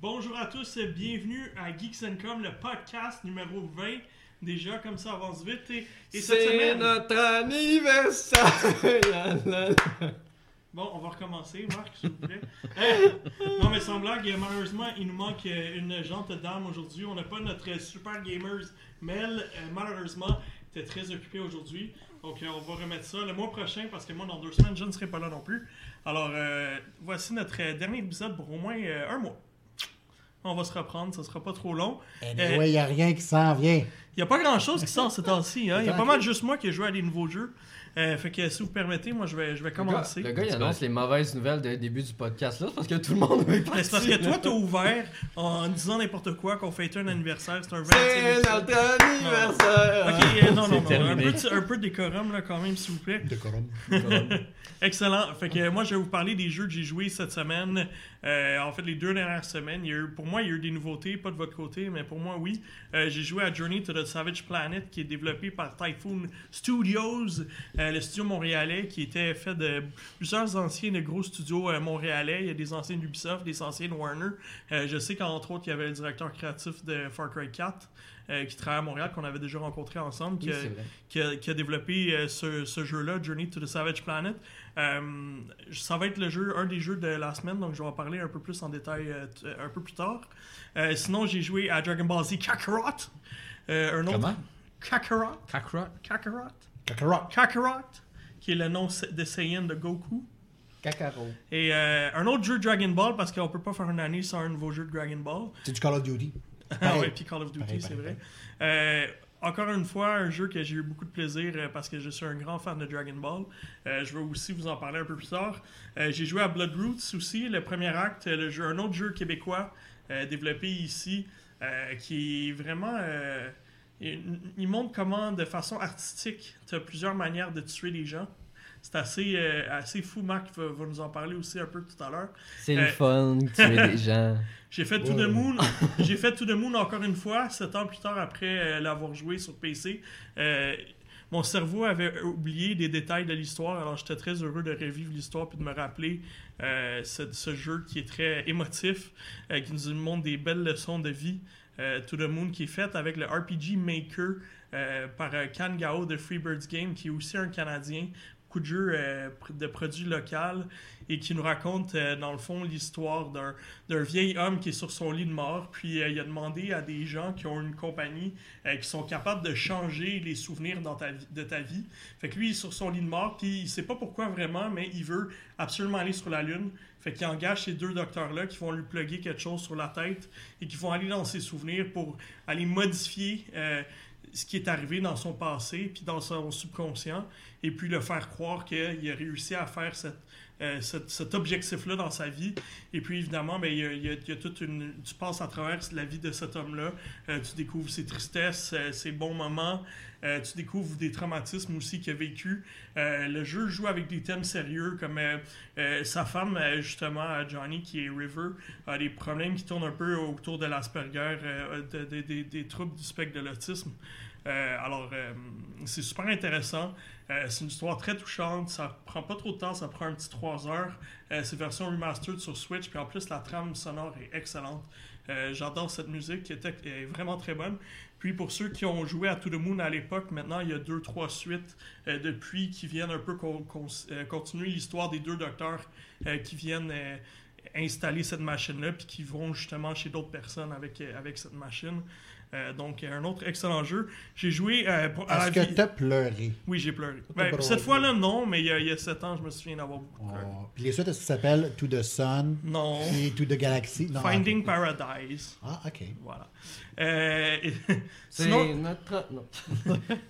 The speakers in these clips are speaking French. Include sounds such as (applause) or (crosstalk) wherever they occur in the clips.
Bonjour à tous, et bienvenue à Geeks and Com, le podcast numéro 20. Déjà, comme ça avance vite. Et, et cette C'est semaine. notre anniversaire! (laughs) La, la, la. Bon, on va recommencer, Marc, s'il vous plaît. (laughs) Eh, non, mais sans blague, malheureusement, il nous manque euh, une jante dame aujourd'hui. On n'a pas notre super gamers Mel, euh, malheureusement, était très occupé aujourd'hui. Donc, euh, on va remettre ça le mois prochain parce que moi, dans deux semaines, je ne serai pas là non plus. Alors, euh, voici notre euh, dernier épisode pour au moins euh, un mois. On va se reprendre, ça sera pas trop long. Anyway, il n'y a rien qui s'en vient. Il n'y a pas grand chose qui sort ces temps-ci. hein. Il y a pas mal juste moi qui ai joué à des nouveaux jeux. Euh, fait que si vous permettez, moi je vais, je vais commencer. Le gars, il annonce les mauvaises nouvelles du début du podcast là, c'est parce que tout le monde veut Mais c'est parce que toi, t'as ouvert en disant n'importe quoi qu'on fêtait un anniversaire. C'est un 20 C'est notre anniversaire! Ok, euh, non, non, non. Un terminé. peu, de- un peu de décorum, là, quand même, s'il vous plaît. (laughs) Excellent. Fait que euh, moi, je vais vous parler des jeux que j'ai joués cette semaine. Euh, en fait, les deux dernières semaines, il y a eu- pour moi, il y a eu des nouveautés, pas de votre côté, mais pour moi, oui. Euh, j'ai joué à Journey to the Savage Planet, qui est développé par Typhoon Studios, euh, le studio montréalais, qui était fait de plusieurs anciens de gros studios euh, montréalais. Il y a des anciens d'Ubisoft, des anciens de Warner. Euh, je sais qu'entre autres, il y avait le directeur créatif de Far Cry 4, euh, qui travaille à Montréal, qu'on avait déjà rencontré ensemble. Oui, qui a- c'est vrai. qui a, qui a développé euh, ce, ce jeu-là, Journey to the Savage Planet. Euh, ça va être le jeu, un des jeux de la semaine, donc je vais en parler un peu plus en détail euh, t- euh, un peu plus tard. Euh, sinon, j'ai joué à Dragon Ball Z Kakarot. Euh, un autre. Comment? Kakarot. Kakarot. Kakarot. Kakarot. Kakarot, qui est le nom se- de Saiyan de Goku. Cacaro. Et euh, un autre jeu Dragon Ball, parce qu'on peut pas faire une année sans un nouveau jeu de Dragon Ball. C'est du Call of Duty. Ah Pareil. ouais, puis Call of Duty, Pareil, c'est vrai. pareil, Euh, encore une fois, un jeu que j'ai eu beaucoup de plaisir euh, parce que je suis un grand fan de Dragon Ball. Euh, je vais aussi vous en parler un peu plus tard. Euh, j'ai joué à Bloodroots aussi, le premier acte, euh, le jeu, un autre jeu québécois euh, développé ici euh, qui est vraiment. euh, il il montre comment, de façon artistique, tu as plusieurs manières de tuer les gens. C'est assez, euh, assez fou. Marc va, va nous en parler aussi un peu tout à l'heure. C'est le Euh, fun, tuer (laughs) des gens. J'ai fait tout de Ouais. Moon. J'ai fait tout de Moon encore une fois, sept ans plus tard après euh, l'avoir joué sur PC. Euh, mon cerveau avait oublié des détails de l'histoire, alors j'étais très heureux de revivre l'histoire puis de me rappeler euh, ce, ce jeu qui est très émotif, euh, qui nous montre des belles leçons de vie. Euh, to the Moon qui est faite avec le RPG Maker euh, par euh, Kan Gao de Freebirds Game, qui est aussi un Canadien. Beaucoup de jeux euh, pr- de produits locaux et qui nous raconte, euh, dans le fond, l'histoire d'un d'un vieil homme qui est sur son lit de mort. Puis euh, il a demandé à des gens qui ont une compagnie euh, qui sont capables de changer les souvenirs dans ta vi- de ta vie. Fait que lui, il est sur son lit de mort, puis il sait pas pourquoi vraiment, mais il veut absolument aller sur la Lune. Fait qu'il engage ces deux docteurs-là qui vont lui plugger quelque chose sur la tête et qui vont aller dans ses souvenirs pour aller modifier euh, ce qui est arrivé dans son passé, puis dans son subconscient, et puis le faire croire qu'il a réussi à faire cette, euh, cet- cet objectif-là dans sa vie. Et puis évidemment, ben, il y a, il y a- il y a toute une. Tu passes à travers la vie de cet homme-là. Euh, tu découvres ses tristesses, euh, ses bons moments. Euh, tu découvres des traumatismes aussi qu'il a vécu. Euh, le jeu joue avec des thèmes sérieux comme euh, euh, sa femme, euh, justement, euh, Johnny, qui est River, a des problèmes qui tournent un peu autour de l'Asperger, euh, de- de- de- des troubles du spectre de l'autisme. Euh, alors, euh, c'est super intéressant. Euh, c'est une histoire très touchante. Ça prend pas trop de temps, ça prend un petit 3 heures. Euh, c'est version remastered sur Switch, puis en plus la trame sonore est excellente. Euh, J'adore cette musique qui était- est vraiment très bonne. Puis pour ceux qui ont joué à To the Moon à l'époque, maintenant il y a deux, trois suites euh, depuis qui viennent un peu con- con- euh, continuer l'histoire des deux docteurs euh, qui viennent euh, installer cette machine-là, puis qui vont justement chez d'autres personnes avec, euh, avec cette machine. Euh, donc euh, un autre excellent jeu. J'ai joué euh, pour- à la Est-ce que vie- t'as pleuré? Oui, j'ai pleuré. t'as Ben, pas cette drôle. fois-là, non, mais il y a- il y a sept ans, je me souviens d'avoir beaucoup pleuré. Oh. Puis les suites, est-ce que ça s'appelle To the Sun Non. et To the Galaxy? Non, Finding ok. Paradise. Ah, ok. Voilà. Euh, et- C'est sinon, notre. Non.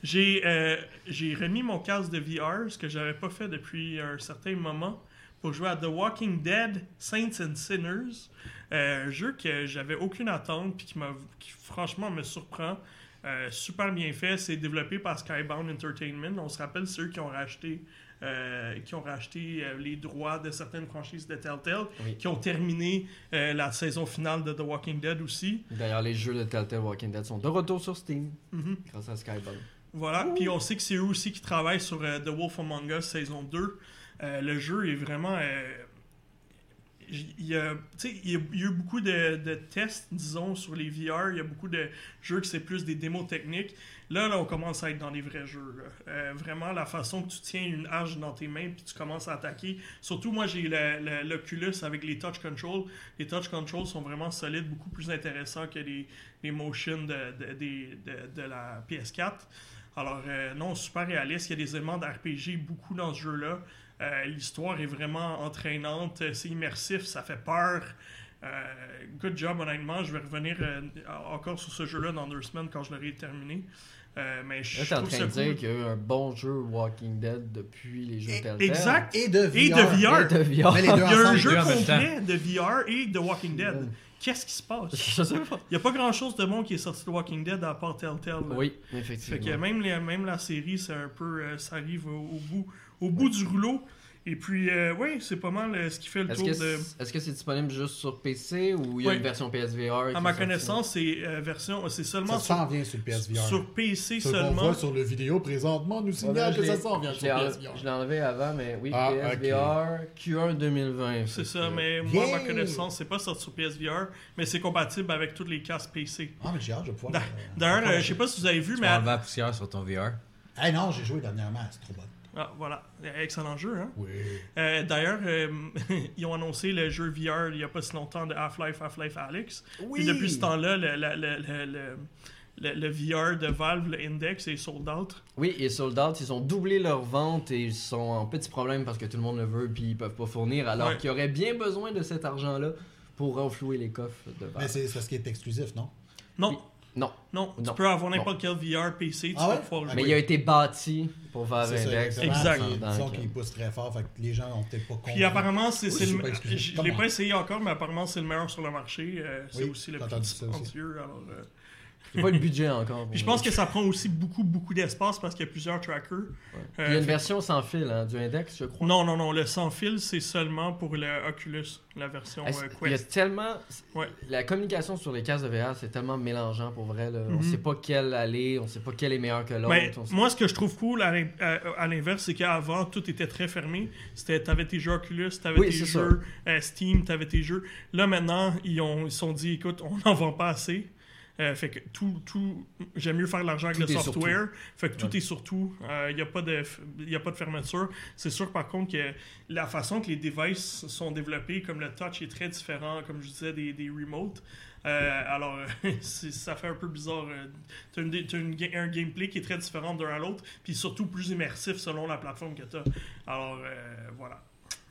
j'ai euh, j'ai remis mon casque de VR, ce que j'avais pas fait depuis un certain moment, pour jouer à The Walking Dead Saints and Sinners. Euh, un jeu que j'avais aucune attente puis qui, m'a- qui franchement me surprend. Euh, super bien fait. C'est développé par Skybound Entertainment. On se rappelle ceux qui ont racheté. euh, qui ont racheté euh, les droits de certaines franchises de Telltale, Oui. qui ont terminé euh, la saison finale de The Walking Dead aussi. D'ailleurs, les jeux de Telltale Walking Dead sont de retour sur Steam Mhm. grâce à Skybound. Voilà, puis on sait que c'est eux aussi qui travaillent sur euh, The Wolf Among Us saison 2. Euh, le jeu est vraiment. euh, j- il y a, tu sais, il y a- il y a eu beaucoup de, de tests, disons, sur les VR. Il y a beaucoup de jeux que c'est plus des démos techniques. Là, là, on commence à être dans les vrais jeux. là. Euh, vraiment, la façon que tu tiens une hache dans tes mains puis tu commences à attaquer. Surtout, moi, j'ai le- le- l'Oculus avec les touch controls. Les touch controls sont vraiment solides, beaucoup plus intéressants que les, les motions de, de- des- de- de la PS4. Alors, euh, non, super réaliste. Il y a des éléments d'RPG beaucoup dans ce jeu-là. Euh, L'histoire est vraiment entraînante, euh, c'est immersif, ça fait peur. Euh, good job, honnêtement. Je vais revenir euh, encore sur ce jeu-là dans deux semaines quand je l'aurai terminé. Euh, mais je Là, t'es en trouve train ça de dire cool. qu'il y a eu un bon jeu Walking Dead depuis les jeux Et- Telltale. exact. Et de VR. Et de VR. Et de VR. Mais les Il y a deux un ensemble, jeu deux en même temps. complet de VR et de Walking Dead. Qu'est-ce qui se passe? Je sais pas. Il n'y a pas grand-chose de bon qui est sorti de Walking Dead à part Telltale. là. Oui, Fait que effectivement. même, les- même la série, c'est un peu, euh, ça arrive au, au bout, au bout du rouleau. Et puis, oui, c'est pas mal euh, ce qui fait le Est-ce tour que de... c'est est-ce que c'est disponible juste sur PC ou il y a Oui. une version PSVR qui À est ma sortie? connaissance, c'est euh, version, c'est seulement Ça sur, s'en vient sur le PSVR. sur PC Ce qu'on seulement. voit sur le vidéo présentement nous signale Voilà, je que ça l'ai- s'en vient je sur l'ai en- le Je PSVR. l'ai enlevé avant, mais oui, Ah, PSVR Q1 2020. C'est Fait ça, que- mais moi, à ma Yeah! connaissance, c'est pas sorti sur PSVR, mais c'est compatible avec toutes les casques PC. Ah, mais j'ai hâte, je vais pouvoir. D'a- euh, D'ailleurs, euh, je sais pas si vous avez vu, Tu mais. vas enlever la poussière sur ton VR. Ah non, j'ai joué dernièrement, c'est trop bon. Ah, voilà, excellent jeu, hein? Oui. Euh, D'ailleurs, euh, (laughs) ils ont annoncé le jeu VR il n'y a pas si longtemps de Half-Life, Half-Life Alex. Oui! Puis depuis ce temps-là, le, le- le- le- le- le- le VR de Valve, le Index, est sold out. Oui, et Sold Out, ils ont doublé leur vente et ils sont en petit problème parce que tout le monde le veut puis ils peuvent pas fournir alors Ouais. qu'ils auraient bien besoin de cet argent-là pour renflouer les coffres de Mais Valve. c'est c'est parce qu'il est exclusif, non? Non, Oui. Non, non, tu Non. peux avoir n'importe quel VR PC, tu Ah vas ouais? pouvoir Ah, mais jouer. il a été bâti pour Valve C'est Index. ça, Exact. Ils disons Donc, qu'ils poussent très fort, fait que les gens ont peut-être pas compris. Puis apparemment, c'est Oui, c'est c'est le pas exclusif. Je Pas l'ai mal. pas essayé encore, mais apparemment, c'est le meilleur sur le marché. Euh, c'est Oui, aussi le j'ai plus entendu ça aussi. dispendieux. Alors, euh, il n'y a pas le budget encore. Puis je pour- pense que ça prend aussi beaucoup, beaucoup d'espace parce qu'il y a plusieurs trackers. Ouais. Euh, il y a une fait- version sans fil hein, du Index, je crois. Non, non, non, le sans fil, c'est seulement pour le Oculus, la version Est-ce- euh, il y a Quest. tellement. Ouais. La communication sur les cases de VR, c'est tellement mélangeant pour vrai. là. On Mhm. Ben, sait pas quelle aller, on sait pas quelle est meilleure que l'autre. Mais on sait- moi, ce que je trouve cool à l'in- euh, à- à l'inverse, c'est qu'avant, tout était très fermé. C'était, t'avais tes jeux Oculus, t'avais Oui, tes c'est jeux euh, Steam, t'avais tes jeux. Là, maintenant, ils ont, ils se sont dit, écoute, on (laughs) n'en vend pas assez. Euh, fait que tout, tout, j'aime mieux faire de l'argent avec Tout le est sur software. Fait que tout Ouais. est sur tout. Il n'y a, pas de f- y a pas de fermeture. C'est sûr, par contre, que la façon que les devices sont développés, comme le touch est très différent, comme je disais, des, des remotes. Euh, alors, (laughs) c'est- ça fait un peu bizarre. euh, T'as une, t'as une ga- un gameplay qui est très différent d'un à l'autre, puis surtout plus immersif selon la plateforme que t'as. Alors, euh, voilà.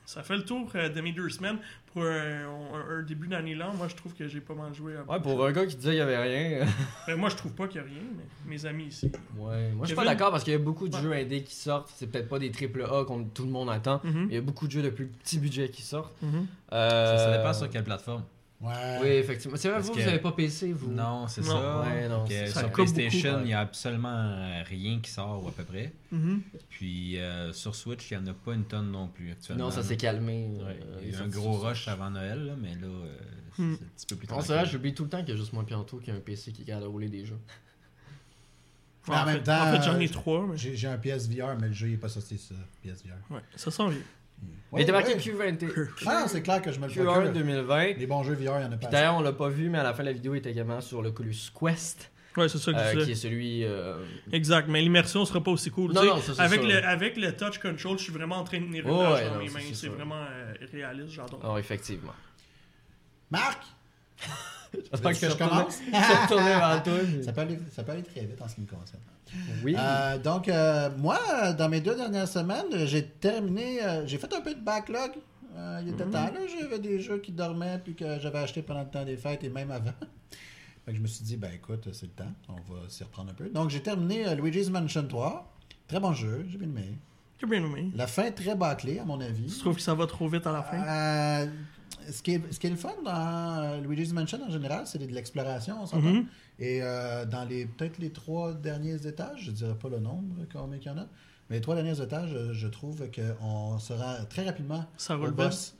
Ça fait le tour euh, de mes deux semaines. Pour un, un- un début d'année lent, moi, je trouve que j'ai pas mal joué. à- Ouais, pour un gars qui disait qu'il y avait rien. euh, Ben, moi, je trouve pas qu'il y a rien, mais mes amis ici. (laughs) Ouais, moi je suis pas Kevin? d'accord parce qu'il y a beaucoup de Ouais. Mhm. jeux indés qui sortent. C'est peut-être pas des triple A qu'on tout le monde attend. Mm-hmm, Il y a beaucoup de jeux de plus petit budget qui sortent. Euh, Ça, ça dépend sur quelle plateforme. Ouais. Oui, effectivement. C'est vrai, Parce vous, que- vous avez pas PC, vous. Non, c'est Non. ça. Ouais, non, Donc, c'est euh, ça. hein. Ça sur coupe beaucoup. PlayStation, Ouais. il n'y a absolument rien qui sort, ou à peu près. Mm-hmm. Puis euh, sur Switch, il n'y en a pas une tonne non plus actuellement. Non, ça s'est calmé. Ouais, euh, Il y les a eu un sorties gros sur- rush avant Noël, là, mais là, euh, c'est Hmm. un petit peu plus Non, tard. c'est vrai, j'oublie tout le temps qu'il y a juste moi Pianto qui a un PC qui garde à rouler des jeux. Mais en Ben, en, même fait, temps, en fait, j'en ai euh, trois, mais J'ai j'ai un PSVR, mais le jeu n'est pas sorti sur PSVR. ouais, ça sent bien. Mais t'es marqué ouais. Q20. Ah, c'est clair que je me le Q1 procure. 2020. Les bons jeux VR, il y en a Puis pas. d'ailleurs, on l'a pas vu, mais à la fin de la vidéo, il était également sur le Oculus (laughs) Quest, Ouais, c'est ça que euh, je disais. qui est celui. euh, Exact, mais l'immersion sera pas aussi cool. Non, Tu sais, non, ça, c'est avec, sûr. le, avec le touch control, je suis vraiment en train de tenir une Oh, hache ouais, dans non, mes ça, mains. c'est C'est sûr. vraiment euh, réaliste, j'adore. Oh, effectivement. Marc! J'espère Veux-tu que ça je commence? retourne- ça retourne vers toi. Ça peut, aller, ça peut aller très vite en ce qui me concerne. (laughs) Oui. Euh, donc, euh, moi, euh, dans mes deux dernières semaines, euh, j'ai terminé, euh, j'ai fait un peu de backlog. Euh, il était Mhm. temps, là, j'avais des jeux qui dormaient puis que j'avais acheté pendant le temps des fêtes et même avant. (laughs) Fait que je me suis dit, ben écoute, c'est le temps, on va s'y reprendre un peu. Donc, j'ai terminé euh, Luigi's Mansion 3. Très bon jeu, j'ai bien aimé. J'ai bien aimé. La fin très bâclée, à mon avis. Tu trouves que ça va trop vite à la fin? Euh, ce, qui est, ce qui est le fun dans euh, Luigi's Mansion en général, c'est de l'exploration, on s'entend. Mhm. Et euh, dans les peut-être les trois derniers étages, je dirais pas le nombre, combien il y en a, mais les trois derniers étages, euh, je trouve qu'on sera très rapidement Ça au roule bien. boss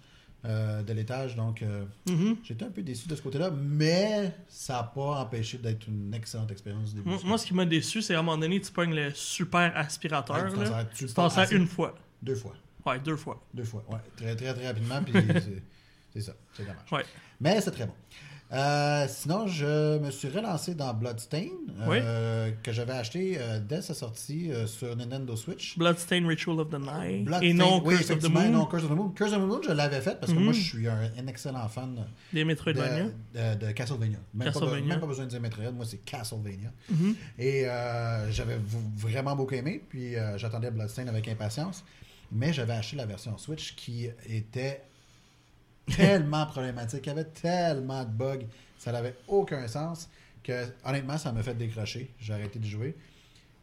euh, de l'étage. Donc, euh, Mhm. j'étais un peu déçu de ce côté-là, mais ça n'a pas empêché d'être une excellente expérience du début. Moi, moi, ce qui m'a déçu, c'est à un moment donné, tu pognes le super Ouais, aspirateur. tu là. penses à- tu Tu le passes à passes à- une fois. Deux fois. Ouais, deux fois. (laughs) Deux fois, ouais. Très, très, très rapidement. Puis c'est- C'est ça, c'est dommage. Ouais. Mais c'est très bon. Euh, sinon, je me suis relancé dans Bloodstain, euh, que j'avais acheté euh, dès sa sortie euh, sur Nintendo Switch. Bloodstained Ritual of the Night. Bloodstained, et non oui, Curse of the effectivement, Moon. Mm. non, Curse of the Moon. Curse of the Moon, je l'avais fait parce que moi, je suis un, un excellent fan Des de, Metroidvania. de- de Castlevania. Même, Pas, Castlevania. Mhm. be- même pas besoin de dire Metroid, moi, c'est Castlevania. Et euh, j'avais v- vraiment beaucoup aimé, puis euh, j'attendais Bloodstained avec impatience. Mais j'avais acheté la version Switch qui était tellement (laughs) problématique, il y avait tellement de bugs, ça n'avait aucun sens que honnêtement, ça m'a fait décrocher. J'ai arrêté de jouer.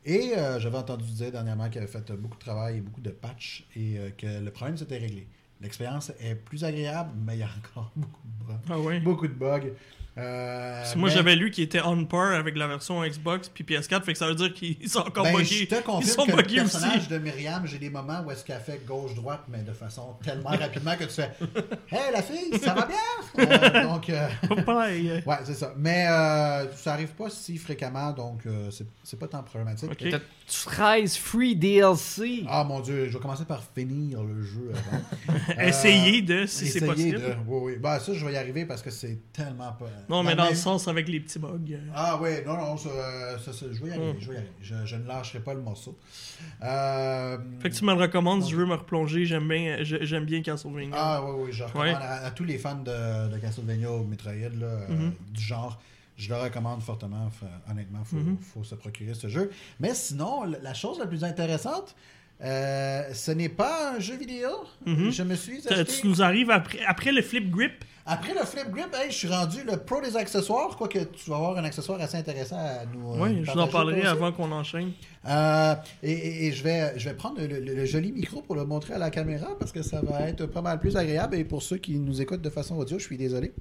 Et euh, j'avais entendu dire dernièrement qu'il avait fait euh, beaucoup de travail et beaucoup de patchs et euh, que le problème s'était réglé. L'expérience est plus agréable, mais il y a encore (laughs) beaucoup de bugs. Ah ouais. Beaucoup de bugs. Euh, Parce que moi, mais- j'avais lu qu'il était on par avec la version Xbox puis PS4, fait que ça veut dire (laughs) qu'ils sont encore ben, Je buggés. te Ils confirme sont que le buggés personnage aussi. de Myriam, j'ai des moments où est-ce qu'elle fait gauche-droite, mais de façon tellement rapidement que tu fais « Hey, la fille, ça va bien? Euh, Donc, euh, (laughs) Pas pareil. euh. ouais, c'est ça. Mais euh, ça arrive pas si fréquemment, donc euh, c'est- c'est pas tant problématique. Ok. Et t'as 13 free DLC. Ah mon dieu, je vais commencer par finir le jeu avant. (laughs) (laughs) Euh, Essayez de, si c'est essayer possible. de- Oui, oui. Ben, ça, je vais y arriver parce que c'est tellement pas. Ben, Non, mais dans même- le sens avec les petits bugs. euh. Ah oui, non, non, ça, euh, ça, ça, je vais y arriver. Mm. Je, vais y arriver. Je, je ne lâcherai pas le morceau. Euh, Fait que tu me le recommandes si je veux me replonger. J'aime bien, je- j'aime bien Castlevania. Ah oui, oui, je recommande Ouais. à, à tous les fans de, de Castlevania ou Metroid là, euh, Mhm. du genre. Je le recommande fortement, F- honnêtement, il faut, Mhm. faut se procurer ce jeu. Mais sinon, l- la chose la plus intéressante, euh, ce n'est pas un jeu vidéo. Mhm. Je me suis T'as- acheté... Tu nous arrives après, après le flip grip. Après le flip grip, hey, je suis rendu le pro des accessoires, quoique tu vas avoir un accessoire assez intéressant à nous. euh, Oui, nous je vous en partager, parlerai toi aussi. avant qu'on enchaîne. (laughs) Euh, et et- et je, vais, je vais prendre le, le- le joli micro pour le montrer à la caméra parce que ça va être pas mal plus agréable. Et pour ceux qui nous écoutent de façon audio, je suis désolé.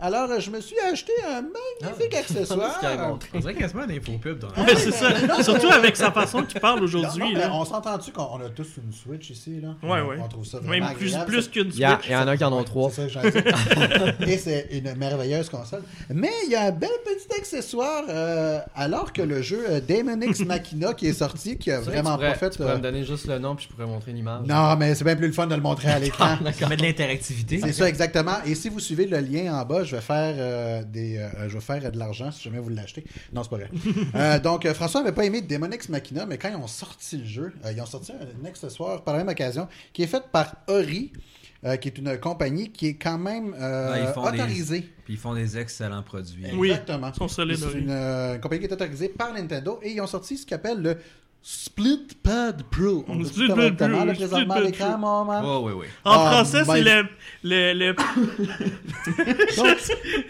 Alors, euh, je me suis acheté un Ah. (laughs) magnifique accessoire. euh, On dirait quasiment des faux pubs dans la- Ouais, c'est ça. Surtout avec sa façon qu'il parle Non, non, aujourd'hui. mais là. on s'entend-tu qu'on on a tous une Switch ici? Là? Ouais, on, ouais. on trouve ça vraiment Même plus, agréable, plus ça. qu'une Il y, a- Switch. y en a qui en ont trois. C'est ça que j'allais dire. Et c'est une merveilleuse console. Mais il y a un bel petit accessoire, euh, alors que le jeu euh, Damon X Machina qui est sorti, qui a Tu sais, vraiment tu pourrais- pas fait. Tu pourrais euh, me donner juste le nom puis je pourrais montrer l'image. Non, mais c'est bien plus le fun de le montrer à l'écran. Ça met de l'interactivité. C'est ça exactement. Et si vous suivez le lien en bas, je vais faire euh, des, euh, je vais faire euh, de l'argent si jamais vous l'achetez. Non, c'est pas vrai. Euh, donc euh, François n'avait pas aimé Demon X Machina, mais quand ils ont sorti le jeu, euh, ils ont sorti un accessoire par la même occasion qui est fait par Ori, euh, qui est une compagnie qui est quand même euh, Ben, ils font des- autorisée. Puis ils font des excellents produits. Oui. Exactement. Ils sont solides, C'est Ori. une euh, compagnie qui est autorisée par Nintendo et ils ont sorti ce qu'ils appellent le Split Pad Pro. On Le le dit Split tout Pad correctement, Pro, là, le Split présentement à Pad l'écran, Pro. mon man. Oh, oui, oui. En Ah, français, c'est ben- le. le, le- Donc,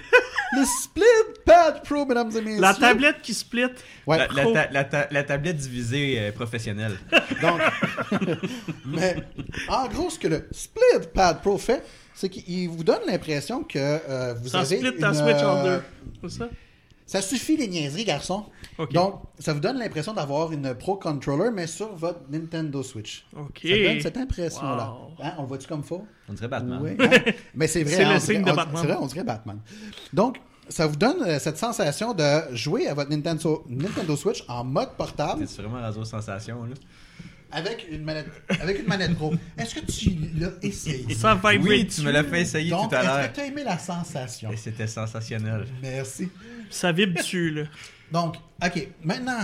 (laughs) le Split Pad Pro, mesdames et messieurs. la tablette qui split. Ouais, La, la pro. ta- la ta- la tablette divisée euh, professionnelle. donc. (laughs) mais en gros, ce que le Split Pad Pro fait, c'est qu'il vous donne l'impression que euh, vous Ça avez. split ta une, Switch en euh, deux. C'est ça? Ça suffit les niaiseries, garçons. Ok. Donc, ça vous donne l'impression d'avoir une Pro Controller, mais sur votre Nintendo Switch. Ok. Ça donne cette impression-là. Wow. Hein, on le voit-tu comme faux? On dirait Batman. Ouais, hein? Mais c'est vrai. C'est hein, le on signe dirait- de on- Batman. C'est vrai, on dirait Batman. Donc, ça vous donne euh, cette sensation de jouer à votre Nintendo, Nintendo Switch en mode portable C'est vraiment Radio Sensation, là. avec une manette, avec une manette pro. Est-ce que tu l'as essayé? Ça va Oui, tu me l'as fait essayer Donc, tout à est-ce l'heure. que tu as aimé la sensation? Et c'était sensationnel. Merci. Ça vibre dessus, (laughs) là. Donc, OK. Maintenant,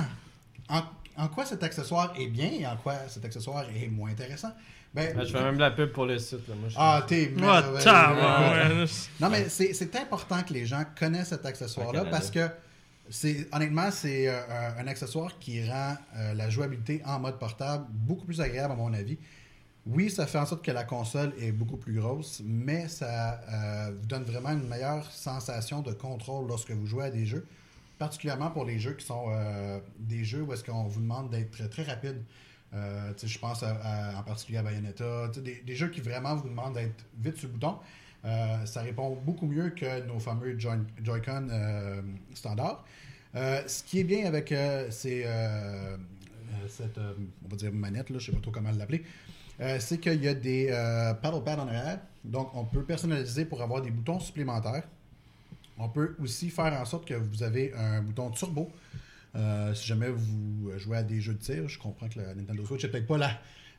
en, en quoi cet accessoire est bien et en quoi cet accessoire est moins intéressant? Ben, Là, je fais même de la pub pour le site. Là. Moi, je- ah, t'es Ah, merveilleux. tabarouette. Non, mais c'est c'est important que les gens connaissent cet accessoire-là Canada. parce que, c'est honnêtement, c'est euh, un accessoire qui rend euh, la jouabilité en mode portable beaucoup plus agréable, à mon avis. Oui, ça fait en sorte que la console est beaucoup plus grosse, mais ça euh, vous donne vraiment une meilleure sensation de contrôle lorsque vous jouez à des jeux, particulièrement pour les jeux qui sont euh, des jeux où est-ce qu'on vous demande d'être très, très rapide. Euh, tu sais, je pense à- à- en particulier à Bayonetta, tu sais, des, des jeux qui vraiment vous demandent d'être vite sur le bouton. Euh, ça répond beaucoup mieux que nos fameux Joy- Joy-Con euh, standards. Euh, ce qui est bien avec euh, ces, euh, euh, cette euh, on va dire manette, là, je ne sais pas trop comment l'appeler, euh, c'est qu'il y a des euh, paddle pads en arrière. Donc, on peut personnaliser pour avoir des boutons supplémentaires. On peut aussi faire en sorte que vous avez un bouton turbo. Euh, si jamais vous jouez à des jeux de tir, je comprends que la Nintendo Switch n'est peut-être pas la,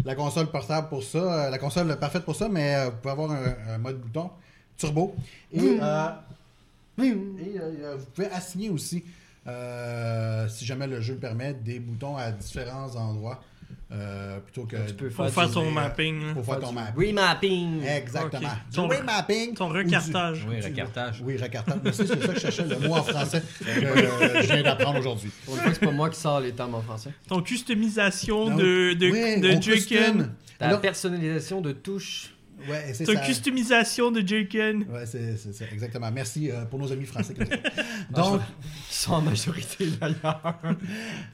la console portable pour ça, euh, la console parfaite pour ça, mais euh, vous pouvez avoir un, un mode bouton Turbo. Et, euh, et, euh, vous pouvez assigner aussi, euh, si jamais le jeu le permet, des boutons à différents endroits. euh, plutôt que Tu peux Pour Ouais, faire tu ton mets- mapping. là. pour faire ton mapping. Remapping. Exactement. Ok. Du Hum. Ton- remapping Ton ou du- recartage. Oui, recartage. Oui, recartage. Merci, c'est ça que je cherchais, le mot (laughs) en français que euh, je viens d'apprendre aujourd'hui. Pour une fois, c'est pas moi qui sors les termes en français. Ton customisation Donc, de, de, oui, de on Jeken. customme. La Alors, personnalisation de touches. ouais, c'est Ta ça. customisation de Jeken. Ouais, c'est c'est ça, exactement. Merci euh, pour nos (laughs) amis français. que nous avons. je donc, Qui sont en majorité d'ailleurs.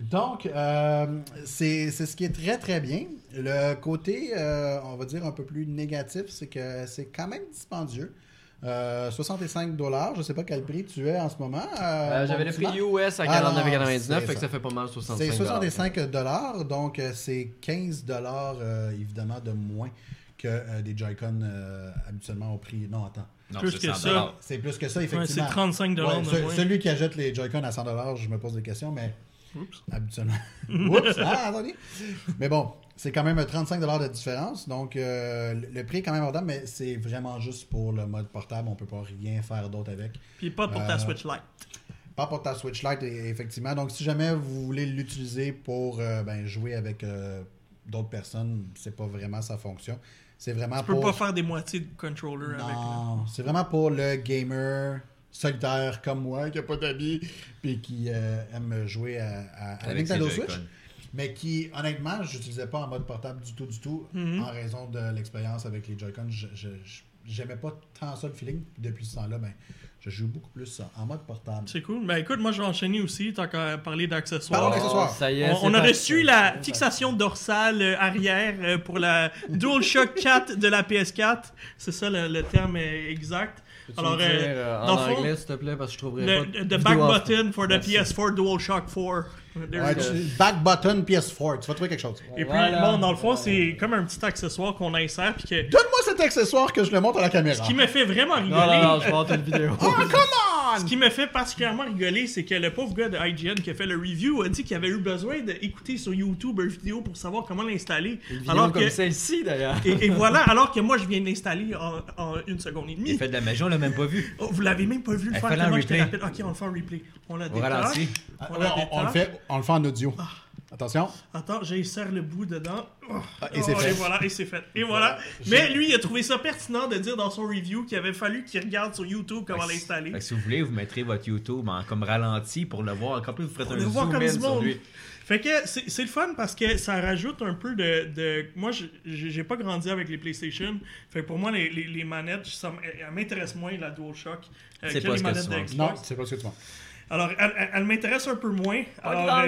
donc euh, c'est c'est ce qui est très, très bien. Le côté, euh, on va dire, un peu plus négatif, c'est que c'est quand même dispendieux. Euh, 65 dollars, je sais pas quel prix tu es en ce moment. euh, Euh, mon J'avais le petit prix Marc. US à Ah, non, 49,99, c'est fait que ça. ça fait pas mal 65 C'est 65 dollars, donc euh, c'est 15 dollars euh, évidemment de moins que euh, des Joy-Con euh, habituellement au prix. Non, attends. Non, Plus c'est que 100 ça. dollars. C'est plus que ça, Ouais, c'est effectivement. 35 Ouais, de ce- moins. Celui qui achète les Joy-Con à 100 je me pose des questions, mais Oups. (laughs) habituellement. Oups, ah, attendez. Mais bon, c'est quand même 35 de différence, donc euh, le- le prix est quand même abordable, mais c'est vraiment juste pour le mode portable. On peut pas rien faire d'autre avec. Puis pas pour ta Euh, Switch Lite. Pas pour ta Switch Lite, et- effectivement. Donc, si jamais vous voulez l'utiliser pour euh, ben, jouer avec euh, d'autres personnes, c'est pas vraiment sa fonction. C'est vraiment Tu peux pour. pas faire des moitiés de controller avec. là. Non, c'est vraiment pour le gamer solitaire comme moi, qui a pas d'amis, puis qui euh, aime jouer à, à- à la Avec ses Nintendo Joy-Con. Switch. Mais qui, honnêtement, je n'utilisais pas en mode portable du tout, du tout, Mhm. en raison de l'expérience avec les Joy-Con. Je- je- je- J'aimais pas tant ça le feeling. Depuis ce temps-là, ben, je joue beaucoup plus en mode portable. C'est cool. Ben écoute, moi je vais enchaîner aussi tant qu'à parler Parlons d'accessoires. d'accessoires. accessoire. Ça y est, On, c'est on a parti. reçu la fixation dorsale euh, arrière euh, pour la DualShock 4 de la PS4. C'est ça le, le terme euh, exact. Peux-tu Alors, me dire, euh, euh, dans en le fond, anglais, s'il te plaît, parce que je trouverais le, pas. the de back vidéo en- button for the Merci. PS4 DualShock 4. There Ouais, you go. tu- back button PS4, tu vas trouver quelque chose. Et puis, Voilà. bon, dans le fond, c'est comme un petit accessoire qu'on insère. Puis que, Donne-moi cet accessoire que je le montre à la ce caméra. qui me fait vraiment rigoler, Non, non, non, je vais avoir une (laughs) vidéo. Oh, come Ce on! qui me fait particulièrement rigoler, c'est que le pauvre gars de IGN qui a fait le review a dit qu'il avait eu besoin d'écouter sur YouTube une vidéo pour savoir comment l'installer. Une vidéo Alors comme que, celle-ci d'ailleurs. et, et voilà, alors que moi je viens de l'installer en, en une seconde et Il demie. fait de la magie, on l'a même (laughs) pas vu. Oh, vous l'avez même pas vu le Eh, faire fais-le en tellement j'étais replay. rapide. Ok, on le fait en replay. On la Au détache. ralenti. Ah, On ouais, la on, on le détache. fait, on le fait en audio. Attention. Attends, j'insère le bout dedans. Oh, Ah, et c'est oh, fait. Et voilà, et c'est fait. Et voilà. Mais lui, il a trouvé ça pertinent de dire dans son review qu'il avait fallu qu'il regarde sur YouTube comment Fait que- l'installer. fait que si vous voulez, vous mettrez votre YouTube en comme ralenti pour le voir. Encore plus, vous ferez Pour un le zoom voir comme in du sur monde. lui. Fait que c'est c'est le fun parce que ça rajoute un peu de. de- moi, je- j'ai j'ai pas grandi avec les PlayStation. Fait que pour moi, les, les, les manettes, ça m- elles m'intéressent moins, la DualShock, euh, C'est que pas les ce que manettes tu de manques. Xbox. Non, c'est pas ce que tu manques. Alors, elle, elle- elle m'intéresse un peu moins. Alors, euh,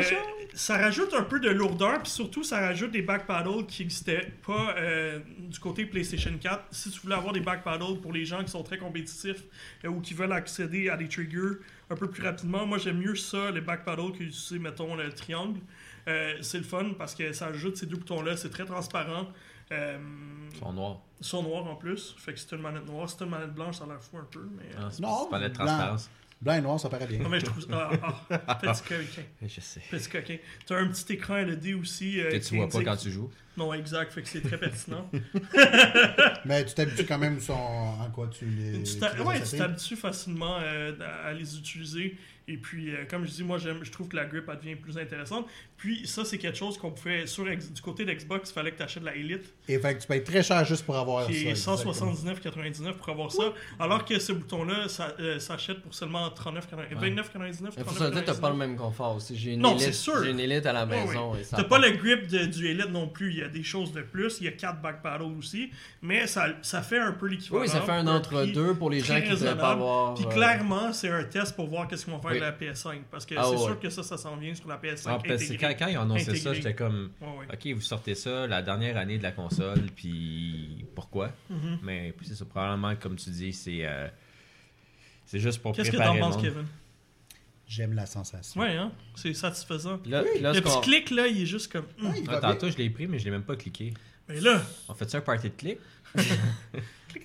ça rajoute un peu de lourdeur, puis surtout, ça rajoute des back paddles qui n'existaient pas euh, du côté PlayStation 4. Si tu voulais avoir des back paddles pour les gens qui sont très compétitifs euh, ou qui veulent accéder à des triggers un peu plus rapidement, moi j'aime mieux ça, les back paddles, que d'utiliser, mettons, le triangle. Euh, c'est le fun parce que ça ajoute ces deux boutons-là, c'est très transparent. Euh, Ils sont noirs. ils sont noirs en plus, fait que c'est une manette noire, c'est une manette blanche, ça l'air fou un peu, mais. euh, Hein, c'est- Non, c'est pas de la blanc. transparence. Blanc et noir, ça paraît bien. Non, mais je trouve ça. Ah, ah, petit coquin. Eh, Je sais. (laughs) Petit coquin. Tu as un petit écran LED aussi. euh, Que qui tu vois pas indique- quand tu joues. Non, exact, fait que c'est très (laughs) pertinent. Mais tu t'habitues quand même sur- en quoi tu les. tu tu t'a- les ouais, as tu fait. t'habitues facilement euh, à à les utiliser. Et puis, euh, comme je dis, moi, j'aime, je trouve que la grip, elle devient plus intéressante. Puis, ça, c'est quelque chose qu'on pouvait. Sur, ex- du côté d'Xbox, il fallait que tu achètes la Elite, Et fait que tu payes très cher juste pour avoir Ah, ça. qui est exactement. 179,99 pour avoir ça. Alors que ce bouton-là, ça euh, s'achète pour seulement 39,99. 29,99. Il faut se le dire, t'as pas le même confort aussi. J'ai une, Non, élite- c'est sûr. j'ai une élite à la Ouais, maison. ouais. et ça T'as pas apporte- le grip de- du Elite non plus. Il y a des choses de plus. Il y a quatre back paddles aussi. Mais ça, ça fait un peu l'équivalent. Oui, ça fait un pour prix entre-deux pour les gens très qui voudraient pas raisonnable. avoir. Puis euh, clairement, c'est un test pour voir qu'est-ce qu'ils vont faire Oui. de la PS5. Parce que Ah, c'est ouais. sûr que ça, ça s'en vient sur la PS5. Ah, parce que intégrée. quand, quand ils ont annoncé ça, Intégré. j'étais comme, Ouais, ouais. ok, vous sortez ça la dernière année de la console, puis pourquoi? Mhm. Mais puis c'est ça, probablement, comme tu dis, c'est euh, c'est juste pour Qu'est-ce que préparer t'en penses, le monde. Kevin J'aime la sensation. Ouais, hein C'est satisfaisant. Là, là, Le ce qu'on- petit clic, là, il est juste comme. hum. Ouais, il Ah, va bien. tantôt, je l'ai pris, mais je l'ai même pas cliqué. Mais là, On fait ça un party de clic?